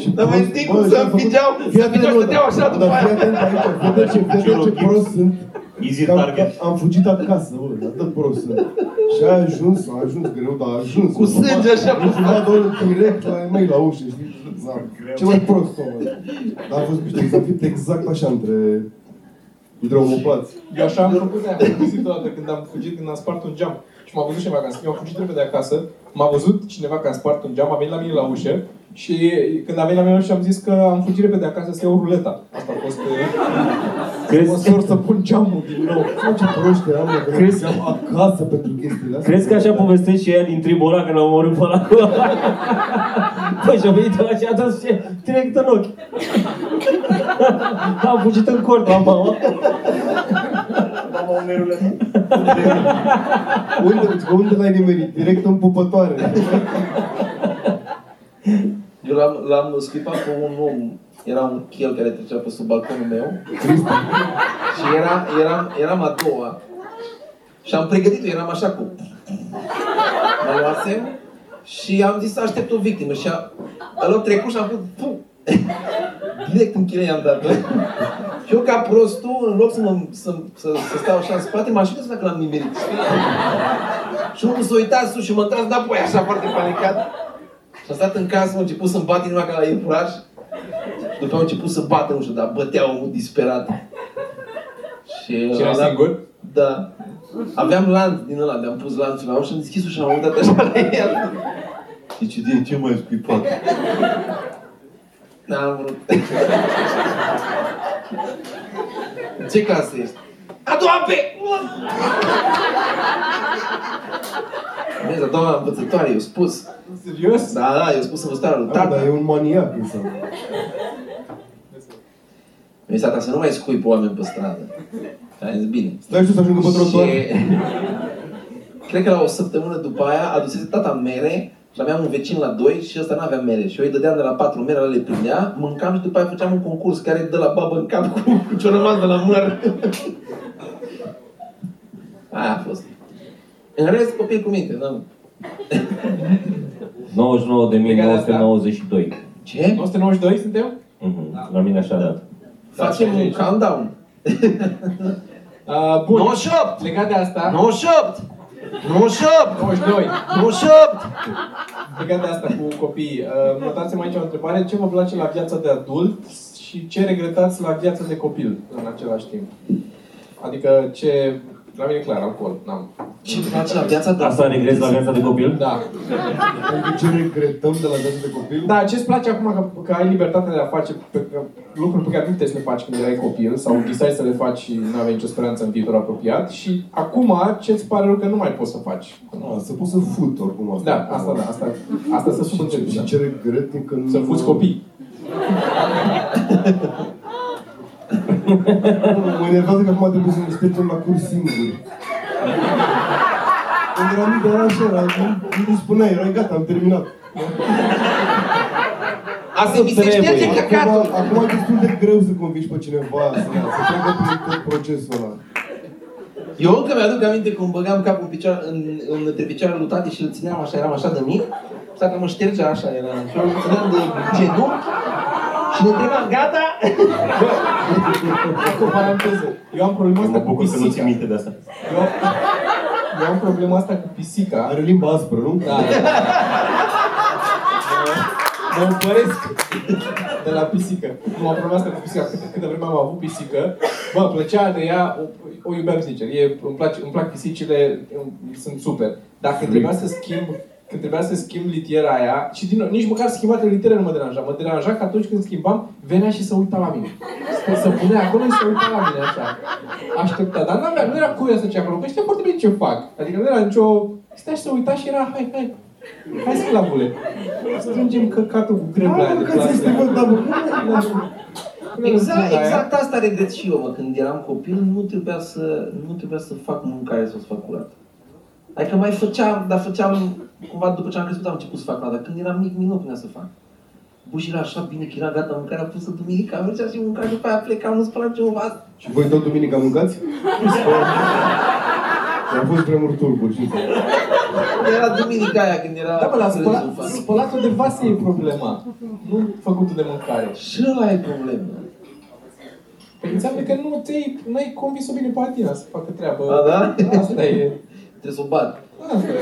Speaker 4: Și
Speaker 5: Dar mai
Speaker 4: prost,
Speaker 5: știi
Speaker 4: bă,
Speaker 5: cum
Speaker 4: și-a
Speaker 5: să
Speaker 4: făcut-
Speaker 5: înfingeau?
Speaker 4: Fii
Speaker 5: Să
Speaker 4: atent,
Speaker 5: fii stăteau
Speaker 4: mă,
Speaker 5: așa după
Speaker 4: dar fii
Speaker 5: aia.
Speaker 4: atent aici, fii atent ce, fii atent ce prost sunt.
Speaker 6: Easy
Speaker 4: Că am-
Speaker 6: target.
Speaker 4: Am fugit acasă, bă, atât prost sunt. Și a ajuns, a ajuns greu, dar a ajuns.
Speaker 5: Cu sânge așa,
Speaker 4: Am fumat oră direct la mei la ușă, știi? Da. Cel mai prost om. ăla. Dar a fost mișto, exact, fit exact așa între hidromopați.
Speaker 1: eu așa am făcut aia, am găsit odată când am fugit, când am spart un geam. Și m-a văzut cineva că am eu am fugit repede acasă, m-a văzut cineva că am spart un geam, a venit la mine la ușă și când a venit la mine la ușă am zis că am fugit repede acasă să iau ruleta. Asta a fost... eh, Mă
Speaker 3: Crezi,
Speaker 1: sor să pun geamul din nou.
Speaker 4: Mă, ce proști eram, mă, că
Speaker 3: Crezi-
Speaker 4: mergeam acasă pentru chestiile astea.
Speaker 3: crezi că așa povestesc și ea din tribul ăla când l-au omorât pe ăla cu Păi și-a venit ăla și a dat și direct în ochi. Am fugit în cort la mama.
Speaker 4: Unde, că unde l-ai nimerit? Direct în
Speaker 1: Da,
Speaker 4: pupătoare.
Speaker 5: Eu l-am, l-am scuipat cu un om, era un chel care trecea pe sub balconul meu și era, eram, eram a doua și am pregătit-o, eram așa cu... Mă luasem și am zis să aștept o victimă și a, a luat trecut și am făcut... Pum! Direct în chile i-am dat Și eu ca prostul, în loc să, mă, să, să, să stau așa în spate, m-aș uita să dacă l-am nimerit. Și omul s-a uitat sus și mă tras înapoi, așa foarte panicat. Și am stat în casă, a început să-mi bat inima ca la iepuraș. Și după aia a început să bată ușa, dar bătea omul disperat. Și,
Speaker 1: Și era
Speaker 5: ăla-
Speaker 1: singur?
Speaker 5: Da. Aveam lanț din ăla, le-am pus lanțul la ușă, am deschis ușa, am uitat așa la el.
Speaker 6: Deci, de ce mai scuipat?
Speaker 5: N-am vrut. În Ce clasă ești? A doua pe! Vezi, a doua învățătoare, eu spus.
Speaker 1: Serios?
Speaker 5: Da, da, eu spus învățătoarea lui
Speaker 4: Da, dar
Speaker 5: tata.
Speaker 4: e un maniac înseamnă.
Speaker 5: Mi-a zis, tata, să nu mai scui pe oameni pe stradă. Și am zis, bine.
Speaker 4: Stai și tu să ajungă pe trotuar.
Speaker 5: Cred că la o săptămână după aia adusese tata mere și aveam un vecin la doi și ăsta n-avea mere. Și eu îi dădeam de la patru mere, ăla le prindea, mâncam și după aia făceam un concurs care dă la babă în cap cu, cu ce-o rămas de la mână. Aia a fost. În rest, copil cu minte, n-am...
Speaker 3: 99.992.
Speaker 5: Ce?
Speaker 1: 992 suntem?
Speaker 3: Mhm,
Speaker 6: Da.
Speaker 3: La mine așa a dat.
Speaker 5: Facem un countdown.
Speaker 1: Uh, bun.
Speaker 5: 98!
Speaker 1: Legat de asta,
Speaker 5: 98! 98!
Speaker 1: 92.
Speaker 5: 98!
Speaker 1: Legat de asta cu copiii, uh, notați-mi aici o întrebare. Ce vă place la viața de adult și ce regretați la viața de copil în același timp? Adică ce... La mine e clar, alcool. N-am.
Speaker 5: Ce îmi place la viața ta?
Speaker 3: Da, Asta regrezi la viața de copil?
Speaker 1: Da.
Speaker 4: Pentru ce regretăm de la viața de copil?
Speaker 1: Da, ce-ți place acum că, că ai libertatea de a face pe, că, lucruri pe care nu puteai să le faci când erai copil sau visai să le faci și nu aveai nicio speranță în viitor apropiat și acum ce-ți pare rău că nu mai poți să faci?
Speaker 4: Da, să pot să fut oricum asta.
Speaker 1: Da, asta da, asta, asta se subîntinde.
Speaker 4: Și ce regret e că nu...
Speaker 1: Să fuți copii.
Speaker 4: Mă enervează că acum trebuie să ne ștergem la curs singuri. Când eram mic, era așa, era, nu, nu spuneai, erai gata, am terminat.
Speaker 7: A se mi se
Speaker 3: trebuie.
Speaker 7: șterge căcatul.
Speaker 4: Acum, acum e destul de greu să convingi pe cineva să, să treacă prin tot procesul ăla.
Speaker 5: Eu încă mi-aduc aminte cum băgam capul în picioare, în, în, între picioarele lui tati și îl țineam așa, eram așa de mic. Să că mă ștergea așa, era și eu îl țineam de genunchi și ne întrebam, gata?
Speaker 1: Cu paranteză. Eu am problema
Speaker 6: Mă
Speaker 1: asta cu
Speaker 6: bucur că nu
Speaker 1: pisica.
Speaker 6: ți
Speaker 1: Eu,
Speaker 6: minte de asta.
Speaker 1: eu am problema asta cu pisica.
Speaker 4: Are limba aspră, nu?
Speaker 1: Da. Mă împăresc de la pisică. Nu am problema asta cu pisica. Câte, câte vreme am avut pisică, bă, îmi plăcea de ea, o, o iubeam sincer. E, îmi, place, îmi plac pisicile, îmi- sunt super. Dar când trebuia să schimb când trebuia să schimb litiera aia, și din nou, nici măcar schimbatul litiere nu mă deranja. Mă deranja că atunci când schimbam, venea și se uita la mine. Să se punea acolo și se uita la mine așa. Aștepta, dar n-aveam, nu era curios să ce acolo, că știam foarte bine ce fac. Adică nu era nicio... Stai și se uita și era, hai, hai, hai sclavule. Strângem căcatul cu cremla aia de plastic.
Speaker 5: Exact, exact asta regret și eu, mă. Când eram copil, nu trebuia să, nu trebuia să fac mâncare sau să fac curat. Adică mai făceam, dar făceam, cumva după ce am crescut am început să fac curat, dar când eram mic, mic nu punea să fac. Buși era așa bine că era gata mâncarea pusă duminica, mergea și mânca după aia plecam, nu spălam ce vas.
Speaker 4: Și voi tot duminica mâncați? Am fost vremuri turburi, știți?
Speaker 5: Era duminica aia când era...
Speaker 1: Da, bă, dar
Speaker 5: Crăciun
Speaker 1: spăla-
Speaker 5: fac.
Speaker 1: spălatul de vase e problema. Nu făcutul de mâncare.
Speaker 5: Și ăla e problema.
Speaker 1: Păi înseamnă că nu te-ai, n-ai convins-o bine pe Atina să facă treabă.
Speaker 5: A, da?
Speaker 1: Asta e.
Speaker 5: Trebuie să o bat.
Speaker 1: Asta e.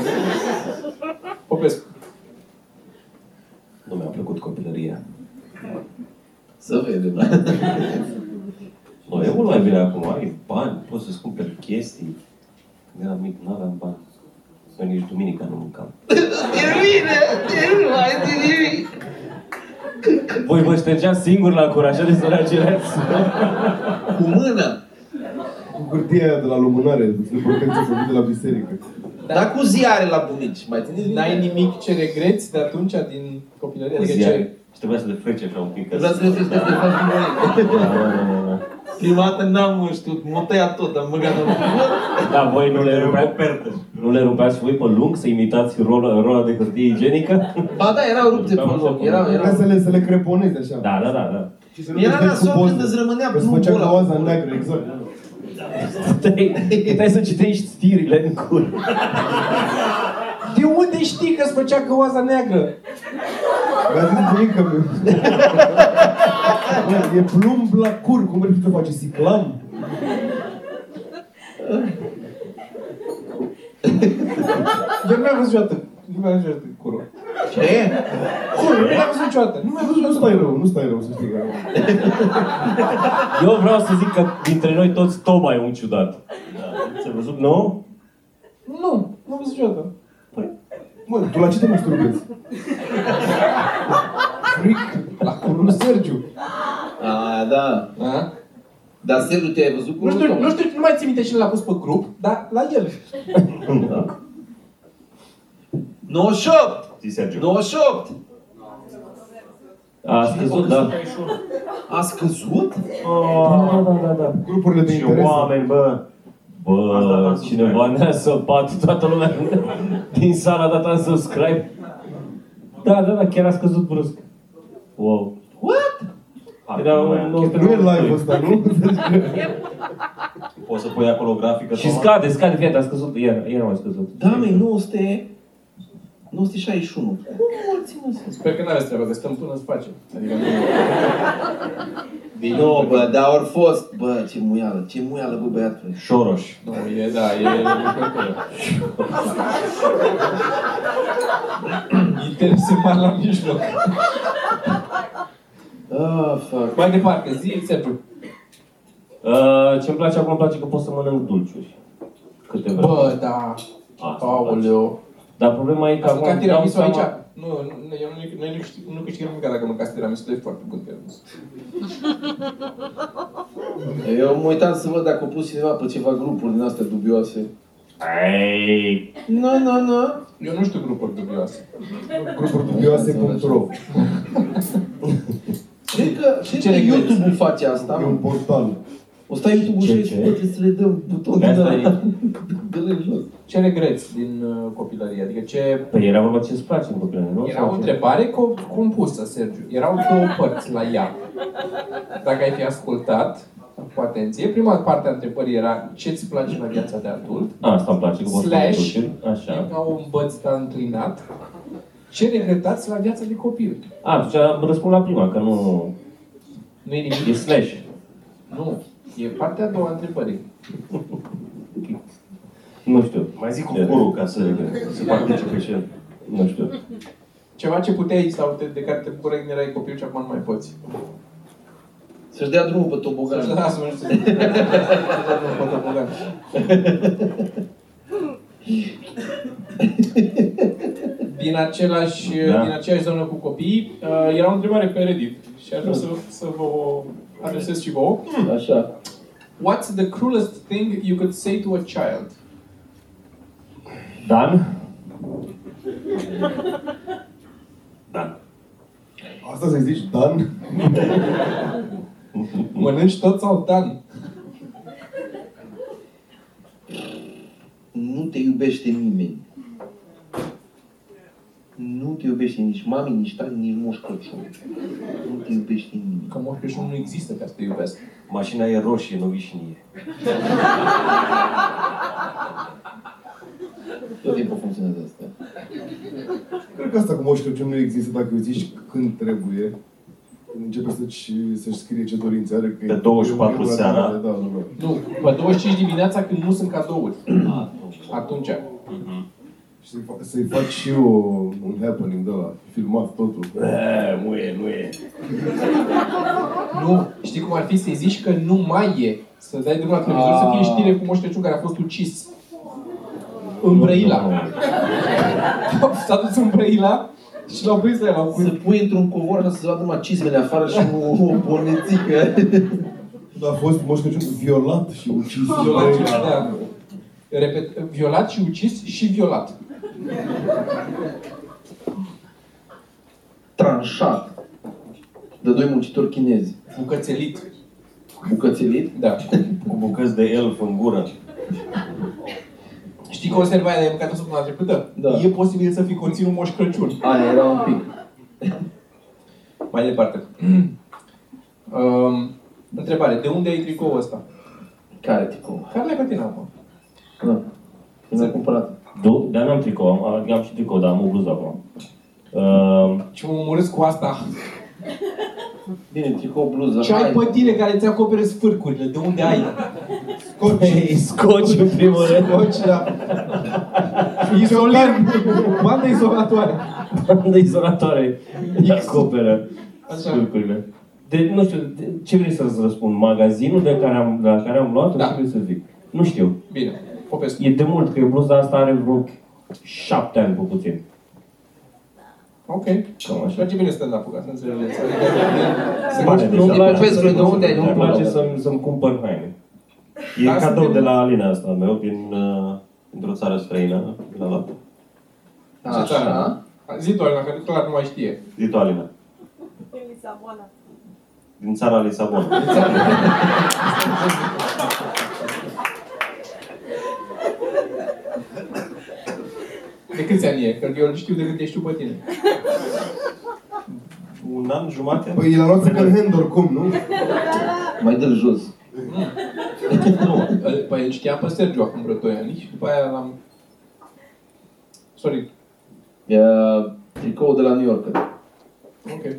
Speaker 1: Popescu.
Speaker 6: Nu mi-a plăcut copilăria.
Speaker 5: Să vedem.
Speaker 6: Nu, e mult mai bine acum. Ai bani, poți să-ți cumperi chestii. Când eram mic, nu aveam bani. Eu nici duminica nu mâncam.
Speaker 5: E bine, e nu mai e nimic.
Speaker 3: Voi vă ștergeați singur la cur, așa de săraci erați.
Speaker 5: Cu mâna.
Speaker 4: Cu hârtia aia de la lumânare, de protecție să de la biserică.
Speaker 5: Dar cu ziare la bunici. Mai țineți minte?
Speaker 1: N-ai nimic ce regreți de atunci din copilărie?
Speaker 6: Cu
Speaker 1: Adică ce...
Speaker 6: ziare. Și trebuia să le frece așa un
Speaker 3: Da.
Speaker 6: pic. ca
Speaker 5: Vreau să ne trebuie să faci un
Speaker 6: Da, da, da, da, da.
Speaker 5: Prima dată n-am știut, m-a tăiat tot, am băgat în
Speaker 3: Da, voi nu le
Speaker 6: Era o
Speaker 3: rupeați,
Speaker 6: pertă.
Speaker 3: nu le rupeați voi pe lung să imitați rola, rola de hârtie igienică?
Speaker 5: Ba da, erau rupte pe loc, erau,
Speaker 4: Era
Speaker 5: erau.
Speaker 4: să le, să le creponezi așa.
Speaker 3: Da, da, da, da.
Speaker 4: Și să
Speaker 5: Era
Speaker 4: le dai
Speaker 5: nasol
Speaker 4: cu poză.
Speaker 5: când îți rămânea
Speaker 4: Că se
Speaker 5: blue
Speaker 4: făcea
Speaker 5: bola
Speaker 4: cu oaza
Speaker 5: acolo.
Speaker 4: neagră, exact.
Speaker 3: Puteai, puteai să citești stirile în cur.
Speaker 1: De unde știi că îți făcea căoaza neagră?
Speaker 4: Mi-a zis bunica mea. Bă, E é plumb la cur, cum vrei é tu să faci siclam?
Speaker 1: Eu
Speaker 4: é
Speaker 1: nu mi-am văzut niciodată. Nu mi-am văzut niciodată curul.
Speaker 5: Ce?
Speaker 1: Curul, nu mi-am văzut niciodată. Nu mi-am văzut
Speaker 4: Nu stai rău, nu stai rău, să știi că
Speaker 3: Eu vreau să zic că dintre noi toți Toma e un ciudat. Da. Ți-a văzut? Nu? Păi,
Speaker 1: Nu, nu am văzut niciodată.
Speaker 4: Mă, tu la ce te masturbezi?
Speaker 1: Fric la curul lui Sergiu.
Speaker 5: A, da.
Speaker 1: Da?
Speaker 5: Dar Sergiu, te-ai văzut cu
Speaker 1: Nu știu,
Speaker 5: Tom?
Speaker 1: nu știu, nu mai țin minte cine l-a pus pe grup, dar la el.
Speaker 5: 98!
Speaker 6: Zi, Sergiu.
Speaker 5: 98!
Speaker 3: A scăzut, da.
Speaker 5: A scăzut?
Speaker 3: Da, da, da, da.
Speaker 4: Grupurile de
Speaker 6: Ce
Speaker 4: interes.
Speaker 6: oameni, bă! Asta a dat
Speaker 3: Bă,
Speaker 6: subscribe.
Speaker 3: cineva ne-a săpat, toată lumea din sala a dat un subscribe. Da, da, da, chiar a scăzut brusc. Wow.
Speaker 5: What?
Speaker 3: Era un
Speaker 4: Nu e
Speaker 3: 992.
Speaker 4: é live tá, ăsta, nu?
Speaker 6: Poți să pui acolo o grafică.
Speaker 3: Și
Speaker 6: Toma?
Speaker 3: scade, scade, fiat, a scăzut, ieri, ieri a mai scăzut.
Speaker 5: Da, măi, 900... 961. Cum mulți nu se
Speaker 1: Sper că n-aveți treabă, că stăm până să facem. Adică nu...
Speaker 5: Nu, bă, dar ori fost. Bă, ce muială, ce muială, bă, băiatule.
Speaker 6: Șoroș.
Speaker 1: Nu, e, da, e... e lucrătură. Interese mari la mijloc.
Speaker 5: Ah, fuck.
Speaker 1: Mai departe, zi exemplu.
Speaker 3: Uh, ce-mi place acum, îmi place că pot să mănânc dulciuri. Câte vreme.
Speaker 1: Bă, da,
Speaker 3: Asta îmi place.
Speaker 1: aoleo.
Speaker 3: Dar problema e că
Speaker 1: Asta ca
Speaker 3: acum îmi dau
Speaker 1: tiramisu aici.
Speaker 3: seama...
Speaker 1: Nu, nu, eu nu, noi nu, câștig, nu câștigăm nimic dacă mâncați tiramisu, e foarte bun tiramisu.
Speaker 5: Eu mă uitam să văd dacă a pus cineva pe ceva grupuri din astea dubioase.
Speaker 3: Ei,
Speaker 5: Nu, nu, nu.
Speaker 1: Eu nu știu grupuri dubioase.
Speaker 4: Grupuri dubioase.ro
Speaker 5: Cred că, cred
Speaker 1: Ce
Speaker 5: că
Speaker 1: regresi?
Speaker 5: YouTube-ul face asta,
Speaker 4: E un
Speaker 5: mă.
Speaker 4: um portal.
Speaker 5: O stai YouTube-ul și
Speaker 3: Ce, ce?
Speaker 5: să să le dăm butonul
Speaker 3: De
Speaker 5: de
Speaker 3: asta
Speaker 5: la...
Speaker 3: e.
Speaker 5: De la jos.
Speaker 1: Ce regreți din uh, copilărie? Adică ce...
Speaker 3: Păi era vorba ce îți place în copilărie, nu?
Speaker 1: Era o întrebare co- compusă, Sergiu. Erau două părți la ea. Dacă ai fi ascultat cu atenție, prima parte a întrebării era ce îți place la viața de adult?
Speaker 3: Asta îmi place, că poți să te
Speaker 1: Slash.
Speaker 3: duci, Așa.
Speaker 1: E ca un băț ca înclinat. Ce regretați la viața de copil?
Speaker 3: A, atunci răspund la prima, că nu...
Speaker 1: Nu e
Speaker 3: E
Speaker 1: nimic?
Speaker 3: slash.
Speaker 1: Nu. E partea a doua a întrebării.
Speaker 3: Nu știu.
Speaker 9: Mai zic cu
Speaker 3: De-
Speaker 9: curul ca să...
Speaker 3: Se participe și el. Nu știu.
Speaker 1: Ceva ce puteai sau te, de care te bucurai când erai copil și acum nu mai poți.
Speaker 5: Să-și dea drumul pe
Speaker 1: Să-și
Speaker 5: tobogan.
Speaker 1: lasă, nu știu. Să-și lasă pe tobogan. Din același,
Speaker 3: Da.
Speaker 1: din aceeași zonă cu copiii, uh, era o întrebare pe Reddit și aș vrea să, să vă o adresez și vouă.
Speaker 5: Așa.
Speaker 1: What's the cruelest thing you could say to a child?
Speaker 3: Dan? Dan.
Speaker 4: Asta să zici, Ah, Dan?
Speaker 1: Mănânci tot sau Dan?
Speaker 5: Nu te iubește nimeni. Nu te iubește nici mami, nici tati, nici moș Crăciun. Nu te iubește nimeni.
Speaker 1: Că Moș Crăciun nu există ca să te iubesc.
Speaker 3: Mașina e roșie, nu vișinie.
Speaker 5: Tot timpul funcționează asta.
Speaker 4: Cred că asta cu Moș Crăciun nu există dacă îi zici când trebuie. Când începe să-și, să-și scrie ce dorințe are. Că
Speaker 3: Pe
Speaker 4: e
Speaker 3: 24
Speaker 4: e una
Speaker 3: seara.
Speaker 4: dintre- Da, da, da.
Speaker 1: Nu, pe 25 dimineața când nu sunt cadouri. Atunci.
Speaker 4: Și să-i, fa- să-i faci și eu un happening de la filmat totul.
Speaker 3: Bă, nu e, nu e.
Speaker 1: Nu, știi cum ar fi să-i zici că nu mai e. Să dai drumul la televizor, să fie știre cu Moș Crăciun care a fost ucis. În Brăila. S-a dus în Brăila și l-au prins la
Speaker 5: Să pui într-un covor ca să se vadă numai cizmele afară și nu o bonețică.
Speaker 4: Dar Da, a fost Moș Crăciun violat și ucis.
Speaker 1: Violat și da. Repet, violat și ucis și violat.
Speaker 5: Tranșat. De doi muncitori chinezi.
Speaker 1: Bucățelit.
Speaker 5: Bucățelit?
Speaker 1: Da.
Speaker 3: Cu bucăți de elf în gură.
Speaker 1: Știi conserva aia de mâncată săptămâna trecută?
Speaker 5: Da.
Speaker 1: E posibil să fi conținut Moș Crăciun.
Speaker 5: Aia era un pic.
Speaker 1: Mai departe. um, întrebare. De unde ai tricoul ăsta?
Speaker 5: Care ticou?
Speaker 1: Care le-ai pe tine acum?
Speaker 5: Da. Mi l-a cumpărat.
Speaker 3: Du, dar n-am tricou, am, adică am și tricou, dar am o bluză acum. Uh,
Speaker 1: Și mă omorâți cu asta.
Speaker 5: Bine, tricou, bluză,
Speaker 1: Ce ai păi- pe tine care ți acoperă sfârcurile? De unde ai?
Speaker 3: Scoci. Scoci în primul rând.
Speaker 1: Coci, da. Izolant. Bandă izolatoare.
Speaker 3: Bandă izolatoare. Acoperă
Speaker 1: Așa.
Speaker 3: lucrurile. De, nu știu, de, ce vrei să-ți răspund? Magazinul de care am, de la care am luat?
Speaker 1: Da.
Speaker 3: Ce vrei să zic? Nu știu.
Speaker 1: Bine. Popescu.
Speaker 3: E de mult, că bluza asta are vreo șapte ani pe puțin.
Speaker 1: Ok.
Speaker 3: Cam așa.
Speaker 1: Merge bine stand-up-ul, ca să înțelegeți. Adică, se
Speaker 3: Bine,
Speaker 1: face-
Speaker 3: deci,
Speaker 1: nu-mi
Speaker 3: da.
Speaker 1: place.
Speaker 5: Popescu, de unde ai?
Speaker 3: Nu-mi
Speaker 5: Nu-mi
Speaker 3: place
Speaker 5: place.
Speaker 3: să-mi, să-mi cumpăr haine. E
Speaker 1: Dar
Speaker 3: cadou
Speaker 1: suntem-
Speaker 3: de la Alina asta, meu, din, uh, dintr-o țară străină. La la...
Speaker 5: Așa.
Speaker 1: Zi doar, dacă clar nu mai știe.
Speaker 3: Zi tu, Alina.
Speaker 8: În Lisabona.
Speaker 3: Din țara Lisabona.
Speaker 1: De câți ani e? Că eu îl știu de când te știu pe tine.
Speaker 3: Un an jumate?
Speaker 4: Păi el a luat second hand oricum, nu?
Speaker 5: Mai dă jos.
Speaker 1: Nu, îl- păi îl știam pe Sergiu acum vreo 2 ani și după aia l-am... Sorry.
Speaker 5: Ia Tricou de la New York.
Speaker 1: Ok.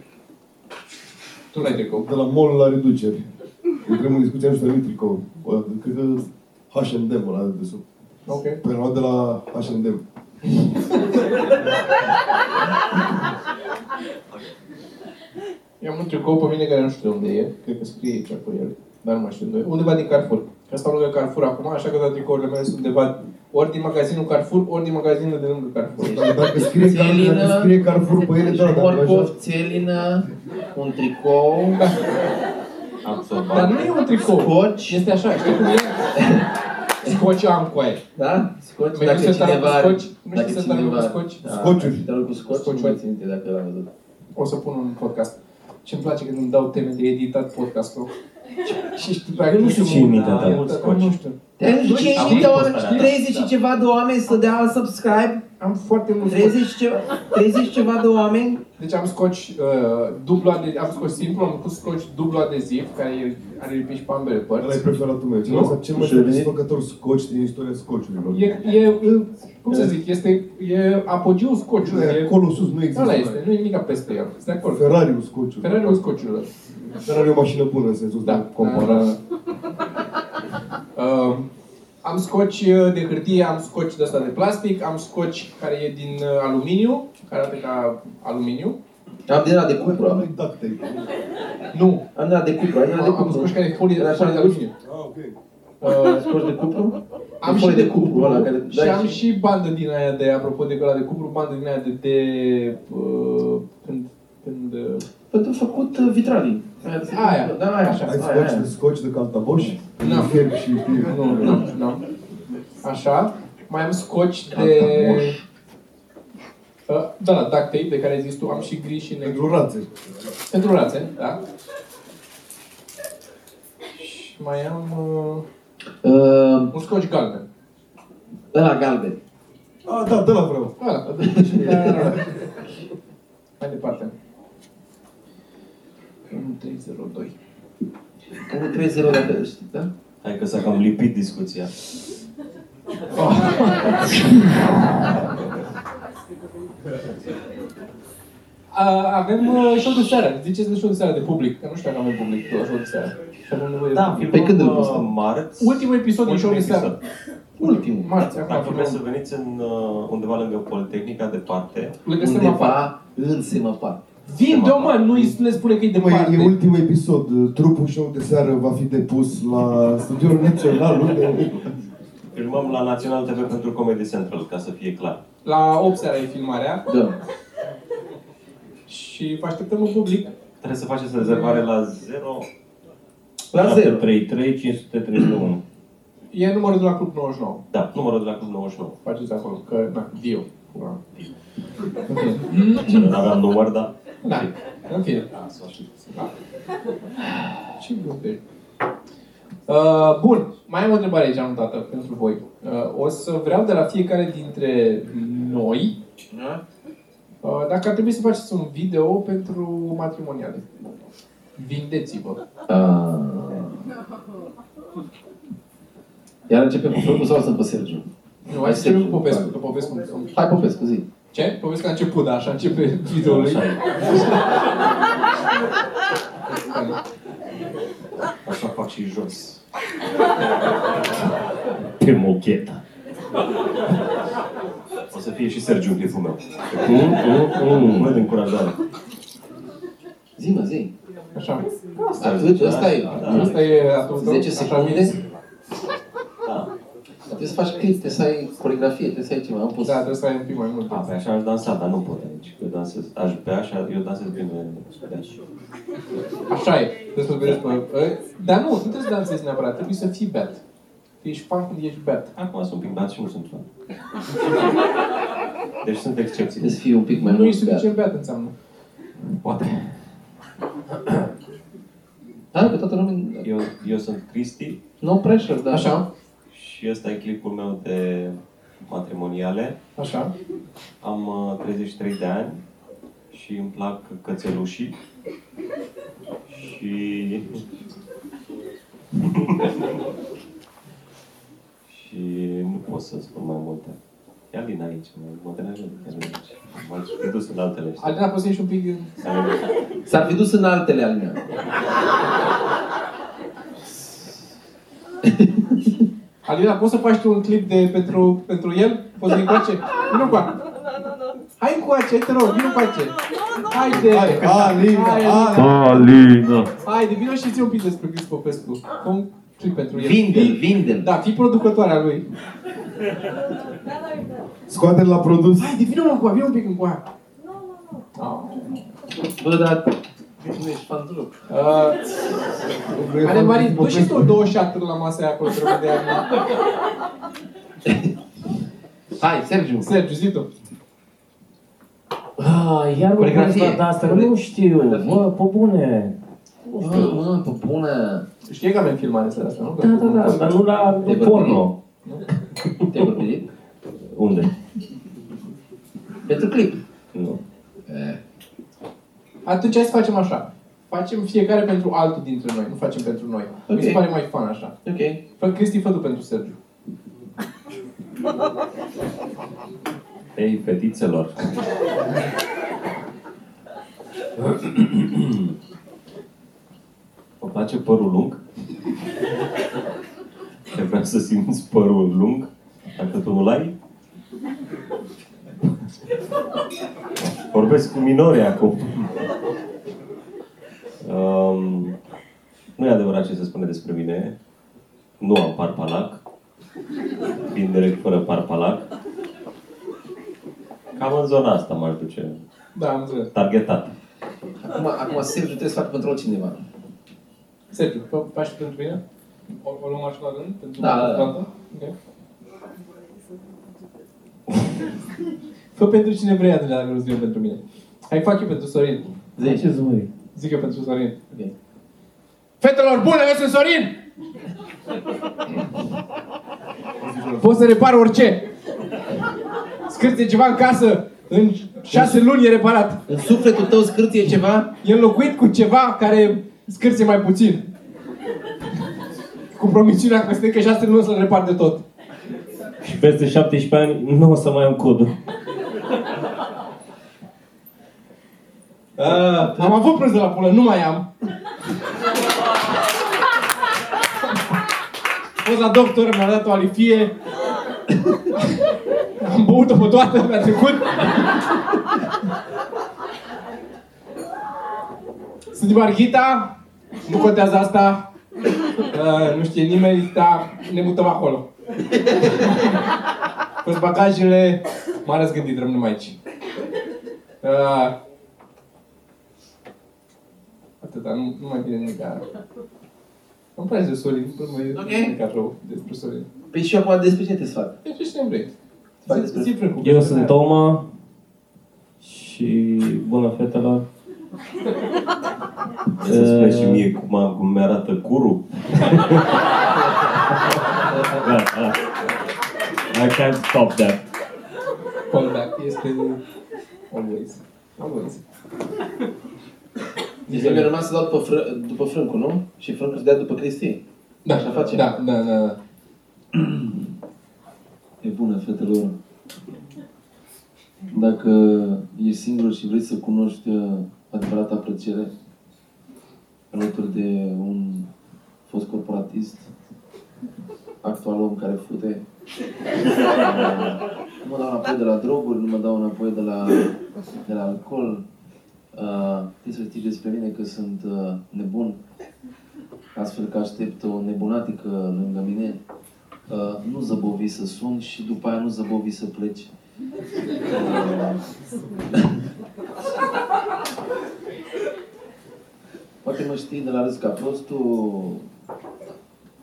Speaker 1: Tu n-ai tricou.
Speaker 4: De la mall la reduceri. Intrăm în discuția, nu știu, de tricou. O, Cred că H&M ăla de sub.
Speaker 1: Ok.
Speaker 4: Păi l-a luat de la H&M.
Speaker 1: Eu am un tricou pe mine care nu știu de unde e. Cred că scrie aici pe el. Dar nu mai știu unde e. Undeva din Carrefour. Că stau lângă Carrefour acum, așa că toate tricourile mele sunt undeva ori din magazinul Carrefour, ori din magazinul de lângă Carrefour.
Speaker 4: Dar dacă scrie, Car-
Speaker 5: Țelină.
Speaker 4: dacă scrie Carrefour
Speaker 5: Păi,
Speaker 4: pe ele, da, dacă așa.
Speaker 5: Corpov, Deci, țelină, un tricou,
Speaker 1: Da. Dar nu e un tricou.
Speaker 5: coci,
Speaker 1: Este așa, știi cum e? Scoci ancoaie.
Speaker 5: da? Scoci,
Speaker 1: Mai
Speaker 5: dacă
Speaker 1: nu se tară cu
Speaker 5: cineva are...
Speaker 1: scoci? Nu
Speaker 5: Dacă
Speaker 1: se tară cu
Speaker 5: cineva are...
Speaker 1: scoci?
Speaker 5: Da,
Speaker 4: Scociuri.
Speaker 5: dacă se tară cu scoci, nu
Speaker 1: Scociuri.
Speaker 5: mai țin minte dacă l-am văzut.
Speaker 1: O să pun un podcast. Ce îmi place când îmi dau teme de editat podcastul. Și știu,
Speaker 3: Eu nu știu ce e mintea ta.
Speaker 1: mulți scoci. Nu știu.
Speaker 5: Te-am zis
Speaker 3: Bă,
Speaker 5: ce
Speaker 3: am
Speaker 5: știi,
Speaker 3: văzut
Speaker 5: ori-
Speaker 3: postarea.
Speaker 5: 30 și ceva de oameni să dea subscribe,
Speaker 1: Am foarte mulți scoci.
Speaker 5: 30 și ceva, 30 și ceva de oameni.
Speaker 1: Deci am scoci uh, dublu de, am scoci simplu, am pus scoci dublu adeziv, care e- are lipești pe ambele
Speaker 4: Ăla e
Speaker 1: părți.
Speaker 4: preferatul meu.
Speaker 1: Nu?
Speaker 4: Cel mai, cel mai
Speaker 3: Și revenit?
Speaker 4: satisfăcător scoci din istoria scociurilor.
Speaker 1: E, e, e, cum să zic, este e apogeul scociului.
Speaker 4: E
Speaker 1: E,
Speaker 4: acolo sus, nu există.
Speaker 1: ăla este, nu e nimic peste el. Este acolo.
Speaker 4: Ferrari-ul scociurilor.
Speaker 1: Ferrari-ul scociurilor.
Speaker 4: Ferrari e o mașină bună în sensul
Speaker 1: Da,
Speaker 4: de comparat.
Speaker 1: comparat. Uh, am scoci uh, de hârtie, am scoci de asta de plastic, am scoci care e din uh, aluminiu, care arată ca aluminiu.
Speaker 5: Am din la de cupru,
Speaker 4: Cumpără
Speaker 5: am
Speaker 4: lui duct tape.
Speaker 1: Nu,
Speaker 5: din la de cupru, am din la de
Speaker 1: am, am scoci
Speaker 5: cupru.
Speaker 1: care e folie,
Speaker 5: Era așa
Speaker 1: folie de
Speaker 5: de
Speaker 1: aluminiu.
Speaker 4: Ah, ok.
Speaker 1: Uh,
Speaker 5: Scoci de cupru?
Speaker 1: Am
Speaker 5: E
Speaker 1: și
Speaker 5: folie
Speaker 1: de
Speaker 5: de cupru,
Speaker 1: cupru,
Speaker 5: ăla care
Speaker 1: și
Speaker 5: dai
Speaker 1: am
Speaker 5: și-
Speaker 1: și bandă din aia de, apropo de ăla de cupru, bandă din aia de, de uh, când, când, uh,
Speaker 5: Păi tu făcut uh, vitralii.
Speaker 1: Aia.
Speaker 5: Da, aia, așa,
Speaker 1: Așa.
Speaker 4: Ai
Speaker 5: aia,
Speaker 4: scoci
Speaker 5: aia.
Speaker 4: de scoci de caltaboș?
Speaker 1: Nu.
Speaker 4: Fierb și fierb.
Speaker 1: nu, nu, nu, așa, mai am scoci de, uh, da, da, duct tape, de care ai zis tu, am și gri și negru,
Speaker 4: Pentru rațe.
Speaker 1: pentru rațe, da. Și mai am uh,
Speaker 5: Uh,
Speaker 1: un scoci galben.
Speaker 5: Ăla galben.
Speaker 4: Ah, da, de la vreau.
Speaker 1: Ăla, deci, da. Mai departe. 1302.
Speaker 5: Unul 3-0 dacă știi, da?
Speaker 3: Hai că s-a cam lipit discuția.
Speaker 1: A, avem uh, show de seară. Ziceți de show de seară de public. Că nu știu dacă avem public la show de seară. Și avem nevoie de
Speaker 3: Da,
Speaker 1: public.
Speaker 5: Pe
Speaker 3: filmăm
Speaker 5: când îl
Speaker 3: uh,
Speaker 5: postăm?
Speaker 3: marți.
Speaker 1: Ultimul episod din show de
Speaker 3: Ultimul
Speaker 1: seară. Ultimul. Marți, acum.
Speaker 3: Dacă vreți să
Speaker 1: Dacă
Speaker 3: veniți în, uh, undeva lângă Politehnica, departe,
Speaker 1: Lângă Sema Park.
Speaker 5: Undeva în Semapar.
Speaker 1: Vin, dă mă, nu îi le spune că e
Speaker 4: Mă, e- e
Speaker 1: departe.
Speaker 4: ultimul episod. Trupul show de seară va fi depus la studioul național unde...
Speaker 3: filmăm la Național TV pentru Comedy Central, ca să fie clar.
Speaker 1: La 8 seara e filmarea
Speaker 5: Da.
Speaker 1: și vă așteptăm în public.
Speaker 3: Trebuie să faceți rezervare la 0
Speaker 5: La 0.
Speaker 3: 733 531.
Speaker 1: E numărul de la Club 99.
Speaker 3: Da, numărul de la Club 99.
Speaker 1: Faceți acolo, că, na, Dio.
Speaker 5: Da.
Speaker 3: Nu aveam număr, dar...
Speaker 1: Da, în fine. Da. Ce vorbești? Uh, bun, mai am o întrebare aici anotată pentru voi. Uh, o să vreau de la fiecare dintre noi uh, dacă ar trebui să faceți un video pentru matrimoniale. Vindeți-vă.
Speaker 5: Iar începem cu Floru sau sunt pe Sergiu?
Speaker 1: Nu, hai să începem cu Popescu, că Popescu nu
Speaker 5: Hai, Popescu, zi.
Speaker 1: Ce? Popescu a început, da, așa începe videoul lui.
Speaker 3: Așa e. Așa fac și jos. Pe mocheta. O să fie și Sergiu în clipul meu. Mm, mm, mm. Bă, de încurajare.
Speaker 5: Zi, mă, zi.
Speaker 1: Așa.
Speaker 5: Atât, ăsta e.
Speaker 1: Asta e atunci.
Speaker 5: 10
Speaker 1: Așa
Speaker 5: secunde.
Speaker 1: vine.
Speaker 3: Da.
Speaker 5: Trebuie să faci clip, trebuie să ai coregrafie, trebuie să ai ceva. Am pus.
Speaker 1: Da, trebuie să ai un pic mai mult.
Speaker 3: A, păi. pe așa aș dansa, dar nu pot aici. Eu dansez, aș bea și eu dansez bine.
Speaker 1: Așa e. Trebuie să vedeți pe... ă? Dar nu, nu trebuie să dansezi neapărat. Trebuie să fii beat. Că ești fan când ești beat.
Speaker 3: Acum sunt un pic beat și nu sunt fan. Deci sunt excepții.
Speaker 5: Trebuie să fii un pic mai
Speaker 1: Nu
Speaker 5: mult.
Speaker 1: ești suficient beat înseamnă.
Speaker 3: Poate.
Speaker 5: Da, că toată lumea...
Speaker 3: Eu, eu sunt Cristi,
Speaker 5: No pressure, da.
Speaker 1: Așa,
Speaker 3: Și ăsta e clipul meu de matrimoniale.
Speaker 1: așa.
Speaker 3: Am uh, 33 de ani și îmi plac cățelușii. Și... și nu pot să spun mai multe. E Alina aici, mă- mă deranjează că e Alina aici. M-aș fi dus în altele. știi?
Speaker 1: Alina, poți să ieși un pic din...
Speaker 5: S-ar fi dus în altele al meu.
Speaker 1: Alina, poți să faci tu un clip de pentru, pentru el? Poți să-i încoace? Vino cu
Speaker 8: nu, nu.
Speaker 1: Hai încoace, te rog, vino
Speaker 8: Nu,
Speaker 1: încoace.
Speaker 8: nu, nu.
Speaker 1: Haide!
Speaker 4: Hai, da, Alina,
Speaker 1: Alina.
Speaker 3: Alina!
Speaker 1: Haide, vino și ți un pic despre Cris Popescu. Un clip pentru el.
Speaker 5: Vindel,
Speaker 1: Fii-
Speaker 5: vindel.
Speaker 1: Da, fii producătoarea lui.
Speaker 8: Da, da, da.
Speaker 4: Scoate-l la produs.
Speaker 1: Haide, vino mă încoa, vino un pic încoa.
Speaker 8: Nu, nu, nu.
Speaker 1: Ah.
Speaker 5: Bă, dar... Nu ești fan deloc.
Speaker 1: Uh,
Speaker 4: Vrei
Speaker 1: Ale
Speaker 4: să-
Speaker 1: Marin, tu și tu două șaturi la masă aia acolo trebuie de aia.
Speaker 5: Hai, Sergiu.
Speaker 1: Sergiu, zi tu.
Speaker 10: Ah,
Speaker 5: Coregrafie.
Speaker 3: Da,
Speaker 10: iar coregrafia de asta, nu știu,
Speaker 5: Coregrafie.
Speaker 10: bă, pe bune.
Speaker 5: Bă, mă, pe bună!
Speaker 1: Știi că avem filmare în seara asta, nu?
Speaker 10: Da, da, da, dar nu la
Speaker 5: De
Speaker 10: porno.
Speaker 5: Te-ai pregătit?
Speaker 10: Unde?
Speaker 5: Pentru clip.
Speaker 10: Nu.
Speaker 5: E,
Speaker 1: Atunci hai să facem așa. Facem fiecare pentru altul dintre noi, nu facem pentru noi. Mi se
Speaker 5: Ok.
Speaker 1: pare mai fan așa.
Speaker 5: Ok.
Speaker 1: Fă Cristi, fă tu pentru Sergiu.
Speaker 3: Ei, fetițelor. Vă place părul lung? Te vreau să simți părul lung? Dacă tu nu-l ai? Vorbesc cu minore acum. Um, nu e adevărat ce se spune despre mine. Nu am parpalac. Vin direct fără parpalac. Cam în zona asta m-aș duce.
Speaker 1: Da, am înțeles.
Speaker 3: Targetat.
Speaker 5: Acum, acum Sergiu trebuie să faci pentru altcineva.
Speaker 1: Sergiu, fă, faci și pentru mine? O, o luăm așa la rând? Pentru
Speaker 5: Da, da, da.
Speaker 1: Okay. Fă pentru cine vrei, Adrian, dacă nu pentru mine. Hai, fac eu pentru Sorin.
Speaker 5: Zici.
Speaker 11: ce zmâi?
Speaker 1: Zic eu pentru Sorin.
Speaker 5: Ok.
Speaker 1: Fetelor bune, eu sunt Sorin! Pot să repar orice. Scârție ceva în casă, în șase luni e reparat.
Speaker 5: În sufletul tău scârție ceva?
Speaker 1: E înlocuit cu ceva care scârție mai puțin. Cu promisiunea că peste că șase luni o să-l repar de tot.
Speaker 10: Și peste 17 ani nu o să mai am codul.
Speaker 1: Ah, am avut prânz de la pulă, nu mai am. Am fost la doctor, mi-a dat o alifie. Am băut-o pe toată, mi-a trecut. Sunt Marghita, nu contează asta. Ah, nu știe nimeni, dar ne mutăm acolo. Cu bagajele, m-am răzgândit, rămânem aici. Ah, Atâta, nu, nu mai vine nimic altceva. Îmi place de Sorin, nu mai
Speaker 5: Ok.
Speaker 1: okay. nimic rău despre Sorin.
Speaker 5: Păi și eu acum despre ce te sfat?
Speaker 1: Deci ce vrei?
Speaker 5: Fac
Speaker 1: Zi-
Speaker 5: despre-
Speaker 1: Zi frâncul.
Speaker 10: Eu sunt Toma și bună fetelor.
Speaker 3: Vrei Să spui și mie cum, am, cum mi-arată curul?
Speaker 10: Da, da. I can't stop that.
Speaker 1: Callback este always. Always.
Speaker 5: Deci eu mi-a rămas să dau după, fră, după frâncul, nu? Și frâncul să dea după Cristi.
Speaker 1: Da,
Speaker 5: Așa facem.
Speaker 1: Da, da, da. da.
Speaker 5: E bună, fetelor. Dacă ești singur și vrei să cunoști uh, adevărata plăcere, alături de un fost corporatist, actual om care fute, uh, nu mă dau înapoi de la droguri, nu mă dau înapoi de la, de la alcool, uh, trebuie să știi despre mine că sunt uh, nebun, astfel că aștept o nebunatică lângă mine. Uh, nu zăbovi să sun și după aia nu zăbovi să pleci. Uh, poate mă știi de la râs ca prostul,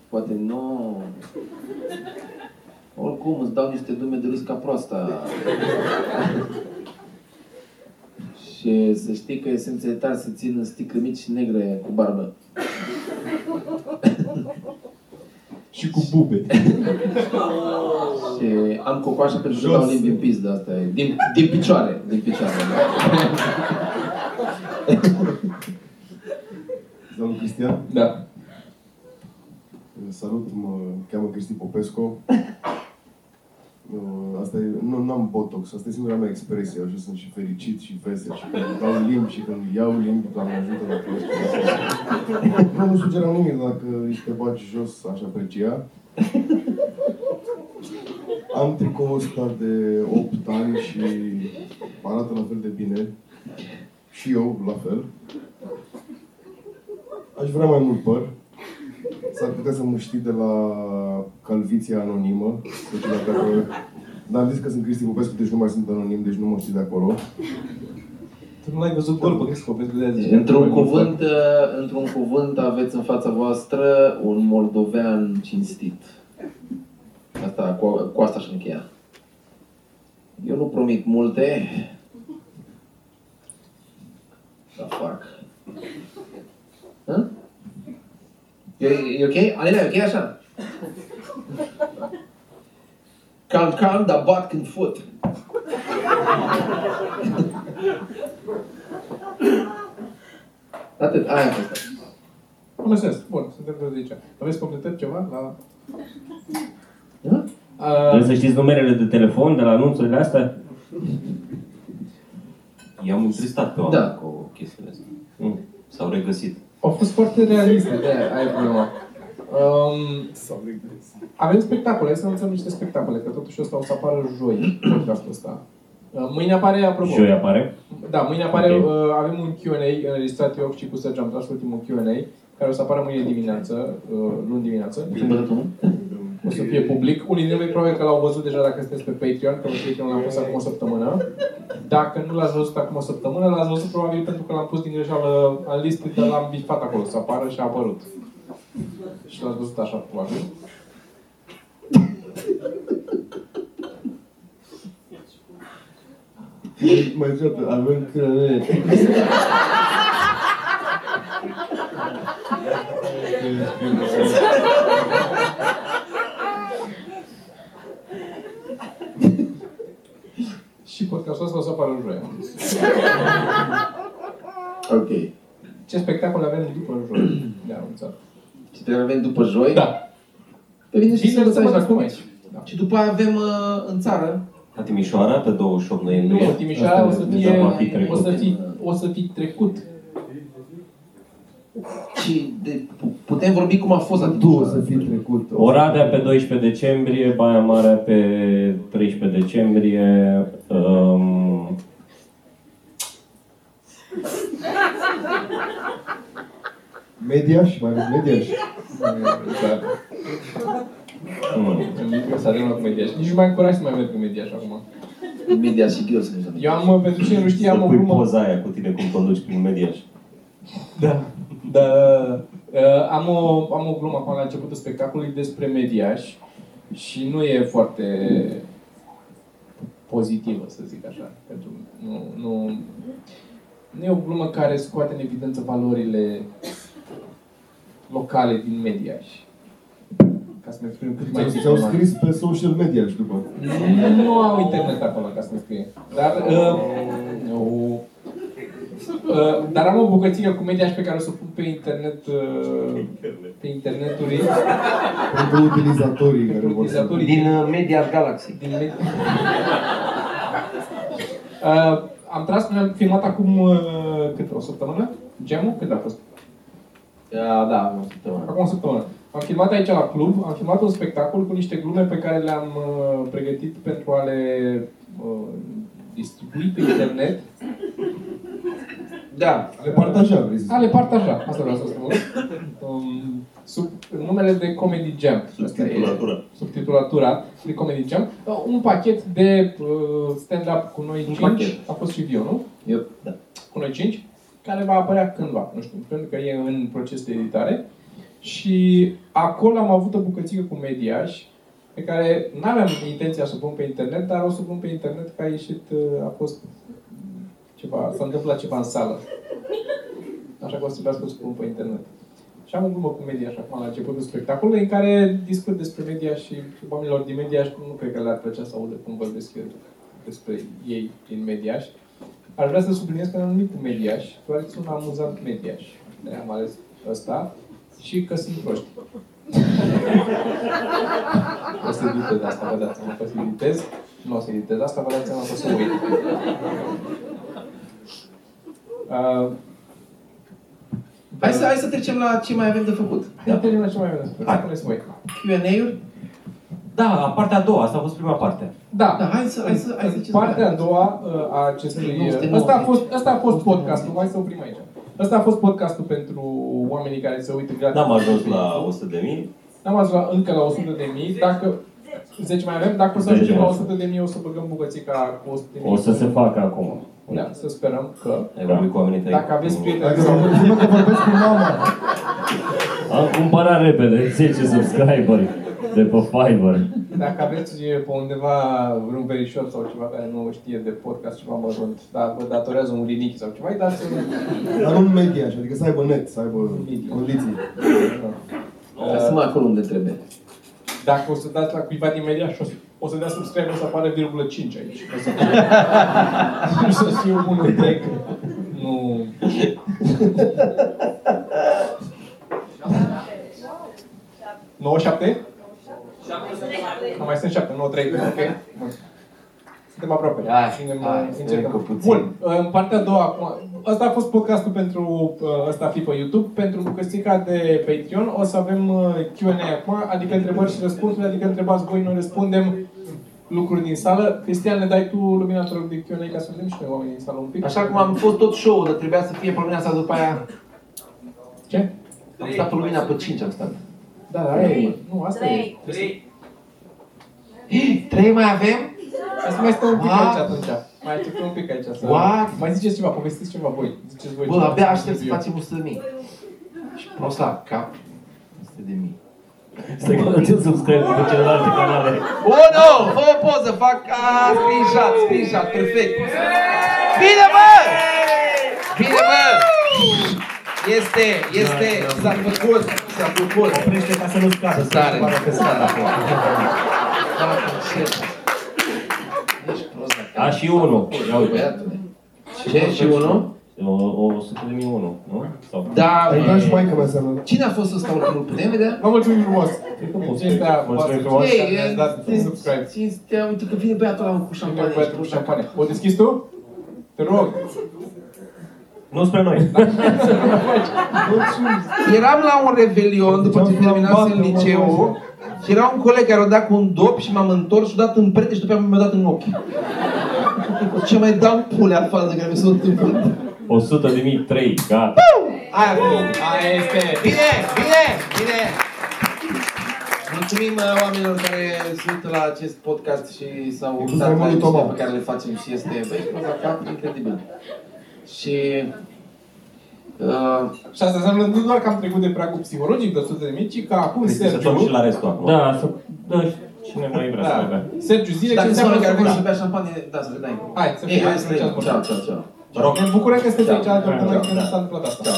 Speaker 5: poate nu. Oricum îți dau niște dume de râs ca proasta. și să știi că esențele tale se țin în sticle mici și negre cu barbă.
Speaker 4: Și cu bube.
Speaker 5: Și am cocoașa pentru că
Speaker 4: Jos.
Speaker 5: dau limbi din pizdă, asta e. Din, din picioare, din picioare. da.
Speaker 4: Salut, Cristian.
Speaker 1: Da.
Speaker 4: Salut, mă cheamă Cristi Popescu. Uh, Asta e, nu, n-am botox, asta e singura mea expresie, așa sunt și fericit și vesel și când dau limbi și când iau limbi, doamne ajută la cresc. Nu, nu sugeram nimic dacă își te bagi jos, aș aprecia. Am tricoul ăsta de 8 ani și arată la fel de bine. Și eu, la fel. Aș vrea mai mult păr. S-ar putea să mă știi de la calviția anonimă. Deci dacă... Dar am zis că sunt Cristi Popescu, deci nu mai sunt anonim, deci nu mă știi de acolo.
Speaker 1: Tu nu l-ai văzut gol pe Cristi Popescu de azi. zici,
Speaker 5: într-un
Speaker 1: nu mai
Speaker 5: cuvânt, uh, într-un cuvânt aveți în fața voastră un moldovean cinstit. Asta, cu, cu asta aș încheia. Eu nu promit multe, dar fac. Hă? E, e ok? Alina, e ok așa? Calm, calm, dar bat când fut. Atât, aia a fost.
Speaker 1: Am înțeles. Bun, suntem 20 ani. Aveți completări ceva la...
Speaker 5: Da?
Speaker 1: A,
Speaker 3: Vreți să știți numerele de telefon de la anunțurile astea?
Speaker 6: I-am întristat pe oameni
Speaker 5: Da.
Speaker 6: cu chestiile astea. Mm. S-au regăsit.
Speaker 1: au fost foarte realiste, de aia e problema. Um, avem spectacole, hai să anunțăm niște spectacole, că totuși ăsta o să apară joi, podcastul ăsta. Uh, Mâine apare, apropo,
Speaker 3: Joi apare.
Speaker 1: Da, mâine apare,
Speaker 3: Ok.
Speaker 1: uh, avem un Q&A înregistrat eu și cu Sergiu am tras ultimul Q&A, care o să apară mâine dimineață, uh, luni dimineață.
Speaker 5: Sâmbătă nu?
Speaker 1: O să fie public. Unii dintre voi probabil că l-au văzut deja dacă sunteți pe Patreon, că pe Patreon l-am pus acum o săptămână. Dacă nu l-ați văzut acum o săptămână, l-ați văzut probabil pentru că l-am pus din greșeală în listă, dar l-am bifat acolo să apară și a apărut. Și l-ați văzut așa, probabil.
Speaker 4: Mai ceată, avem crâne.
Speaker 1: Și podcastul ăsta o să apară în joia.
Speaker 5: Ok.
Speaker 1: Ce spectacol avem după în Da, joia? Ne-a anunțat.
Speaker 5: Și te avem după joi?
Speaker 1: Da.
Speaker 5: Pe vine și
Speaker 1: Și Deci să
Speaker 5: sâmbătă
Speaker 1: vă
Speaker 5: aici la
Speaker 1: acum
Speaker 5: Cumici.
Speaker 1: aici. Da.
Speaker 5: Și după aia avem uh, în țară.
Speaker 6: La Timișoara, pe 28 noiembrie.
Speaker 1: Nu, Timișoara o să
Speaker 6: Deja
Speaker 1: fie,
Speaker 6: va fi
Speaker 1: o
Speaker 6: trecut.
Speaker 1: să fi, o să fi trecut.
Speaker 5: Și de, pu- putem vorbi cum a fost la
Speaker 4: Tu o
Speaker 5: Timișoara.
Speaker 4: să fii trecut.
Speaker 3: Oradea pe 12 decembrie, Baia Mare pe 13 decembrie. Um,
Speaker 4: Media și mai mult media și.
Speaker 1: Da.
Speaker 6: mm.
Speaker 1: Nimic, să ajungem la comediaș. Nici nu mai am curaj să mai merg comediaș acum.
Speaker 5: Media și Ghio să ne joacă.
Speaker 1: Eu am, pentru cine nu știe,
Speaker 6: Să
Speaker 1: am o
Speaker 6: pui
Speaker 1: glumă.
Speaker 6: poza aia cu tine cum conduci prin mediaș.
Speaker 1: Da. da. Uh, am, o, am o glumă acum la începutul spectacolului despre mediaș și nu e foarte pozitivă, să zic așa. Pentru, nu, nu, nu e o glumă care scoate în evidență valorile locale din mediaș. Ca să ne exprim cât mai
Speaker 4: Ți-au
Speaker 1: diplomatic.
Speaker 4: scris pe social media și după.
Speaker 1: Nu au internet acolo ca să ne scrie. Dar, uh, nu. Uh, dar am o bucățică cu media și pe care o să o pun pe internet, uh, pe interneturi,
Speaker 4: Pentru utilizatorii care
Speaker 1: pentru
Speaker 4: vor să...
Speaker 1: utilizatorii
Speaker 6: Din uh, Mediaș Galaxy.
Speaker 1: din media. Uh, am tras, am filmat acum uh, cât, o săptămână? Gemul? Cât a fost?
Speaker 5: Da, da, o săptămână.
Speaker 1: Acum o săptămână. Am filmat aici la club, am filmat un spectacol cu niște glume pe care le-am uh, pregătit pentru a le uh, distribui pe internet.
Speaker 5: Da.
Speaker 4: Le partaja, vrei să
Speaker 1: A
Speaker 4: zic.
Speaker 1: le partaja, asta vreau să spun. Um, sub numele de Comedy Jam. Asta e
Speaker 6: Subtitulatura.
Speaker 1: subtitulatura de Comedy Jam. Uh, Un pachet de uh, stand-up cu noi cinci.
Speaker 5: pachet.
Speaker 1: A fost și Vionu,
Speaker 5: Eu, da.
Speaker 1: cu noi cinci, care va apărea cândva, nu știu, pentru că e în proces de editare. Și acolo am avut o bucățică cu mediaș, pe care n-aveam intenția să o pun pe internet, dar o să o pun pe internet că a ieșit, uh, a fost ceva, s-a întâmplat ceva în sală. Așa că o să trebuiască să o pun pe internet. Și am o glumă cu media și acum la începutul spectacolului în care discut despre media și oamenilor din media și nu cred că le-ar plăcea să audă cum vorbesc eu despre ei din mediaș. Aș vrea să subliniez că am numit cu mediaș, doar că sunt amuzant mediaș. de am ales ăsta și că sunt proști. o să editez asta, vă dați seama că o să editez. Nu o să editez asta, vă dați seama că o să uit. Uh,
Speaker 5: Hai să, hai să trecem la ce mai avem de făcut.
Speaker 1: Hai, termină ce mai avem de spus. Spuneți voi.
Speaker 5: Q&A-uri?
Speaker 6: Da, a partea a doua, asta a fost prima parte.
Speaker 1: Da,
Speaker 5: Da, hai să, hai să, hai să ce
Speaker 1: Partea a doua uh, a acestui...
Speaker 5: 990.
Speaker 1: Ăsta a fost, ăsta a fost podcastul, mai să oprim aici. Ăsta a fost podcastul pentru oamenii care se uită
Speaker 3: Da,
Speaker 1: gratis.
Speaker 6: N-am ajuns la 100 de mii.
Speaker 1: N-am ajuns la, încă la 100 de mii, dacă... 10 mai avem, dacă o să ajungem
Speaker 6: Zece
Speaker 1: la
Speaker 6: mai
Speaker 1: 100 de mii, o să băgăm bucățica cu 100 de mii.
Speaker 3: o să se facă acum.
Speaker 1: Da, să sperăm că...
Speaker 6: Ai vorbit cu oamenii tăi.
Speaker 1: Dacă aveți prieteni
Speaker 4: Dacă
Speaker 1: sau...
Speaker 4: mă continuă că vorbesc cu mama.
Speaker 3: Am cumpărat repede 10 subscriberi de pe Fiverr.
Speaker 1: Dacă aveți e, pe undeva vreun verișor sau ceva care nu știe de podcast ceva mărunt, dar vă datorează un linichi sau ceva, îi dați un...
Speaker 4: Dar nu în media, adică să aibă net, să aibă
Speaker 1: Media.
Speaker 4: condiții.
Speaker 12: Ca să mă acolo unde trebuie.
Speaker 1: Dacă o să dați la cuiva din Meliaș, o să, o să dea subscribe, o să apară 0,5 aici. O să, o să fiu un întreg. Nu. Nouă, șapte? Nu, mai sunt șapte, nouă, trei. Ok. Bun. Suntem aproape.
Speaker 5: Hai,
Speaker 1: Suntem,
Speaker 5: hai,
Speaker 1: uh,
Speaker 5: încă puțin.
Speaker 1: Bun, în partea a doua, acum, ăsta a fost podcastul pentru uh, ăsta fi pe YouTube. Pentru bucățica de Patreon o să avem uh, Q&A acum, adică întrebări și răspunsuri, adică întrebați voi, noi răspundem lucruri din sală. Cristian, ne dai tu luminatorul de Q&A ca să vedem și noi oamenii din sală un pic?
Speaker 5: Așa cum am fost tot show-ul, dar trebuia să fie pe lumina asta după aia.
Speaker 1: Ce?
Speaker 5: Am stat pe lumina pe 5 am stat.
Speaker 1: Da, da, e, mă. nu, asta e.
Speaker 13: Trei.
Speaker 5: Trei mai avem?
Speaker 1: Asta mai stă un pic
Speaker 5: What?
Speaker 1: aici atunci. Mai așteptăm un pic aici. Să...
Speaker 5: What?
Speaker 1: Mai ziceți ceva, povestiți ceva voi. Ziceți voi
Speaker 5: Bă,
Speaker 1: ceva.
Speaker 5: abia aștept să facem 100 de mii. Și prost la cap. 100 de mii.
Speaker 3: Să gătim subscribe pe celelalte canale.
Speaker 5: Oh, no! Fă o poză, fac a, screenshot, screenshot, perfect. Bine, mă! Bine, mă! Este, este, s-a făcut, s-a făcut.
Speaker 3: Oprește ca să nu scadă.
Speaker 5: Să stare,
Speaker 3: Să
Speaker 5: să stare
Speaker 3: scadă.
Speaker 5: acolo. Da, ce? Ești prost la cap.
Speaker 3: A, și unul. Ia uite.
Speaker 5: Băiatule. Ce? Și unul?
Speaker 3: O, o 100 de mii unul, nu? Sau?
Speaker 5: Da,
Speaker 4: Ai dat și Deci, maică mea seama.
Speaker 5: Cine a fost ăsta ultimul? Putem vedea?
Speaker 1: Vă mulțumim frumos. Deci
Speaker 3: Cred că poți.
Speaker 1: Cinstea voastră
Speaker 3: Mulțumim
Speaker 1: frumos
Speaker 3: frumos.
Speaker 1: că ne-ați
Speaker 5: uh,
Speaker 1: dat subscribe.
Speaker 5: cinstea, uite că vine băiatul ăla cu
Speaker 1: Și
Speaker 5: șampanie.
Speaker 1: băiatul cu șampanie. O deschizi tu? Te rog.
Speaker 3: Nu spre noi.
Speaker 5: Eram la un revelion după ce
Speaker 4: Deci am
Speaker 5: terminasem
Speaker 4: flambat, mă,
Speaker 5: liceul și era un coleg care o dat cu un dop și m-am întors și o dat în perete și după aia mi-a dat în ochi. Ce mai dau pulea în față care mi s-a întâmplat.
Speaker 3: 100 de mii, 3, gata.
Speaker 5: Aia a fost.
Speaker 1: Aia este.
Speaker 5: Bine, bine, bine! Mulțumim uh, oamenilor care sunt la acest podcast și s-au
Speaker 4: Inclusiv
Speaker 5: uitat la
Speaker 4: lui
Speaker 5: emisiunea
Speaker 4: Toma.
Speaker 5: pe care le facem și este, băi, frunza la cap, incredibil. Și... Uh,
Speaker 1: Și asta înseamnă nu doar că am trecut de pragul psihologic de 100 de mii, ci că acum
Speaker 10: Trebuie să dăm și
Speaker 1: Sergiu...
Speaker 10: la restul acum.
Speaker 3: Da, să... Da, și cine mai vrea să mai
Speaker 1: Da.
Speaker 3: bea.
Speaker 1: Sergiu,
Speaker 5: și
Speaker 1: zile ce
Speaker 5: dacă sunt
Speaker 1: înseamnă
Speaker 5: oameni
Speaker 1: că
Speaker 5: care vor să
Speaker 1: acum...
Speaker 5: bea șampanie, da, să le dai.
Speaker 1: Hai, Deci, să
Speaker 5: Ei,
Speaker 1: fie
Speaker 5: hai să le
Speaker 1: aici.
Speaker 5: dăm. Ceau, ceau, ceau.
Speaker 10: Mă rog.
Speaker 1: Ne bucurăm că sunteți aici
Speaker 5: Da,
Speaker 1: alături de noi,
Speaker 5: da,
Speaker 1: că nu s-a întâmplat asta.
Speaker 10: Da.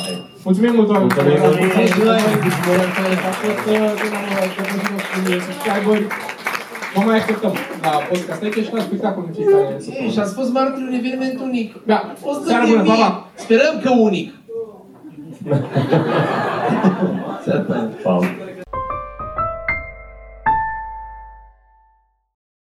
Speaker 1: Mulțumim mult, oameni!
Speaker 3: Mulțumim.
Speaker 1: Mulțumim.
Speaker 5: Mulțumim.
Speaker 1: A fost, uh, din nou, uh, căpătul nostru de subscriberi. Vă mai așteptăm la podcast aici și la spectacol în fiecare
Speaker 5: Ei, și
Speaker 1: săptămână.
Speaker 5: a fost marcul un eveniment unic.
Speaker 1: Da,
Speaker 5: O să
Speaker 1: seara bună, pa, pa!
Speaker 5: Sperăm că unic.
Speaker 10: Pam.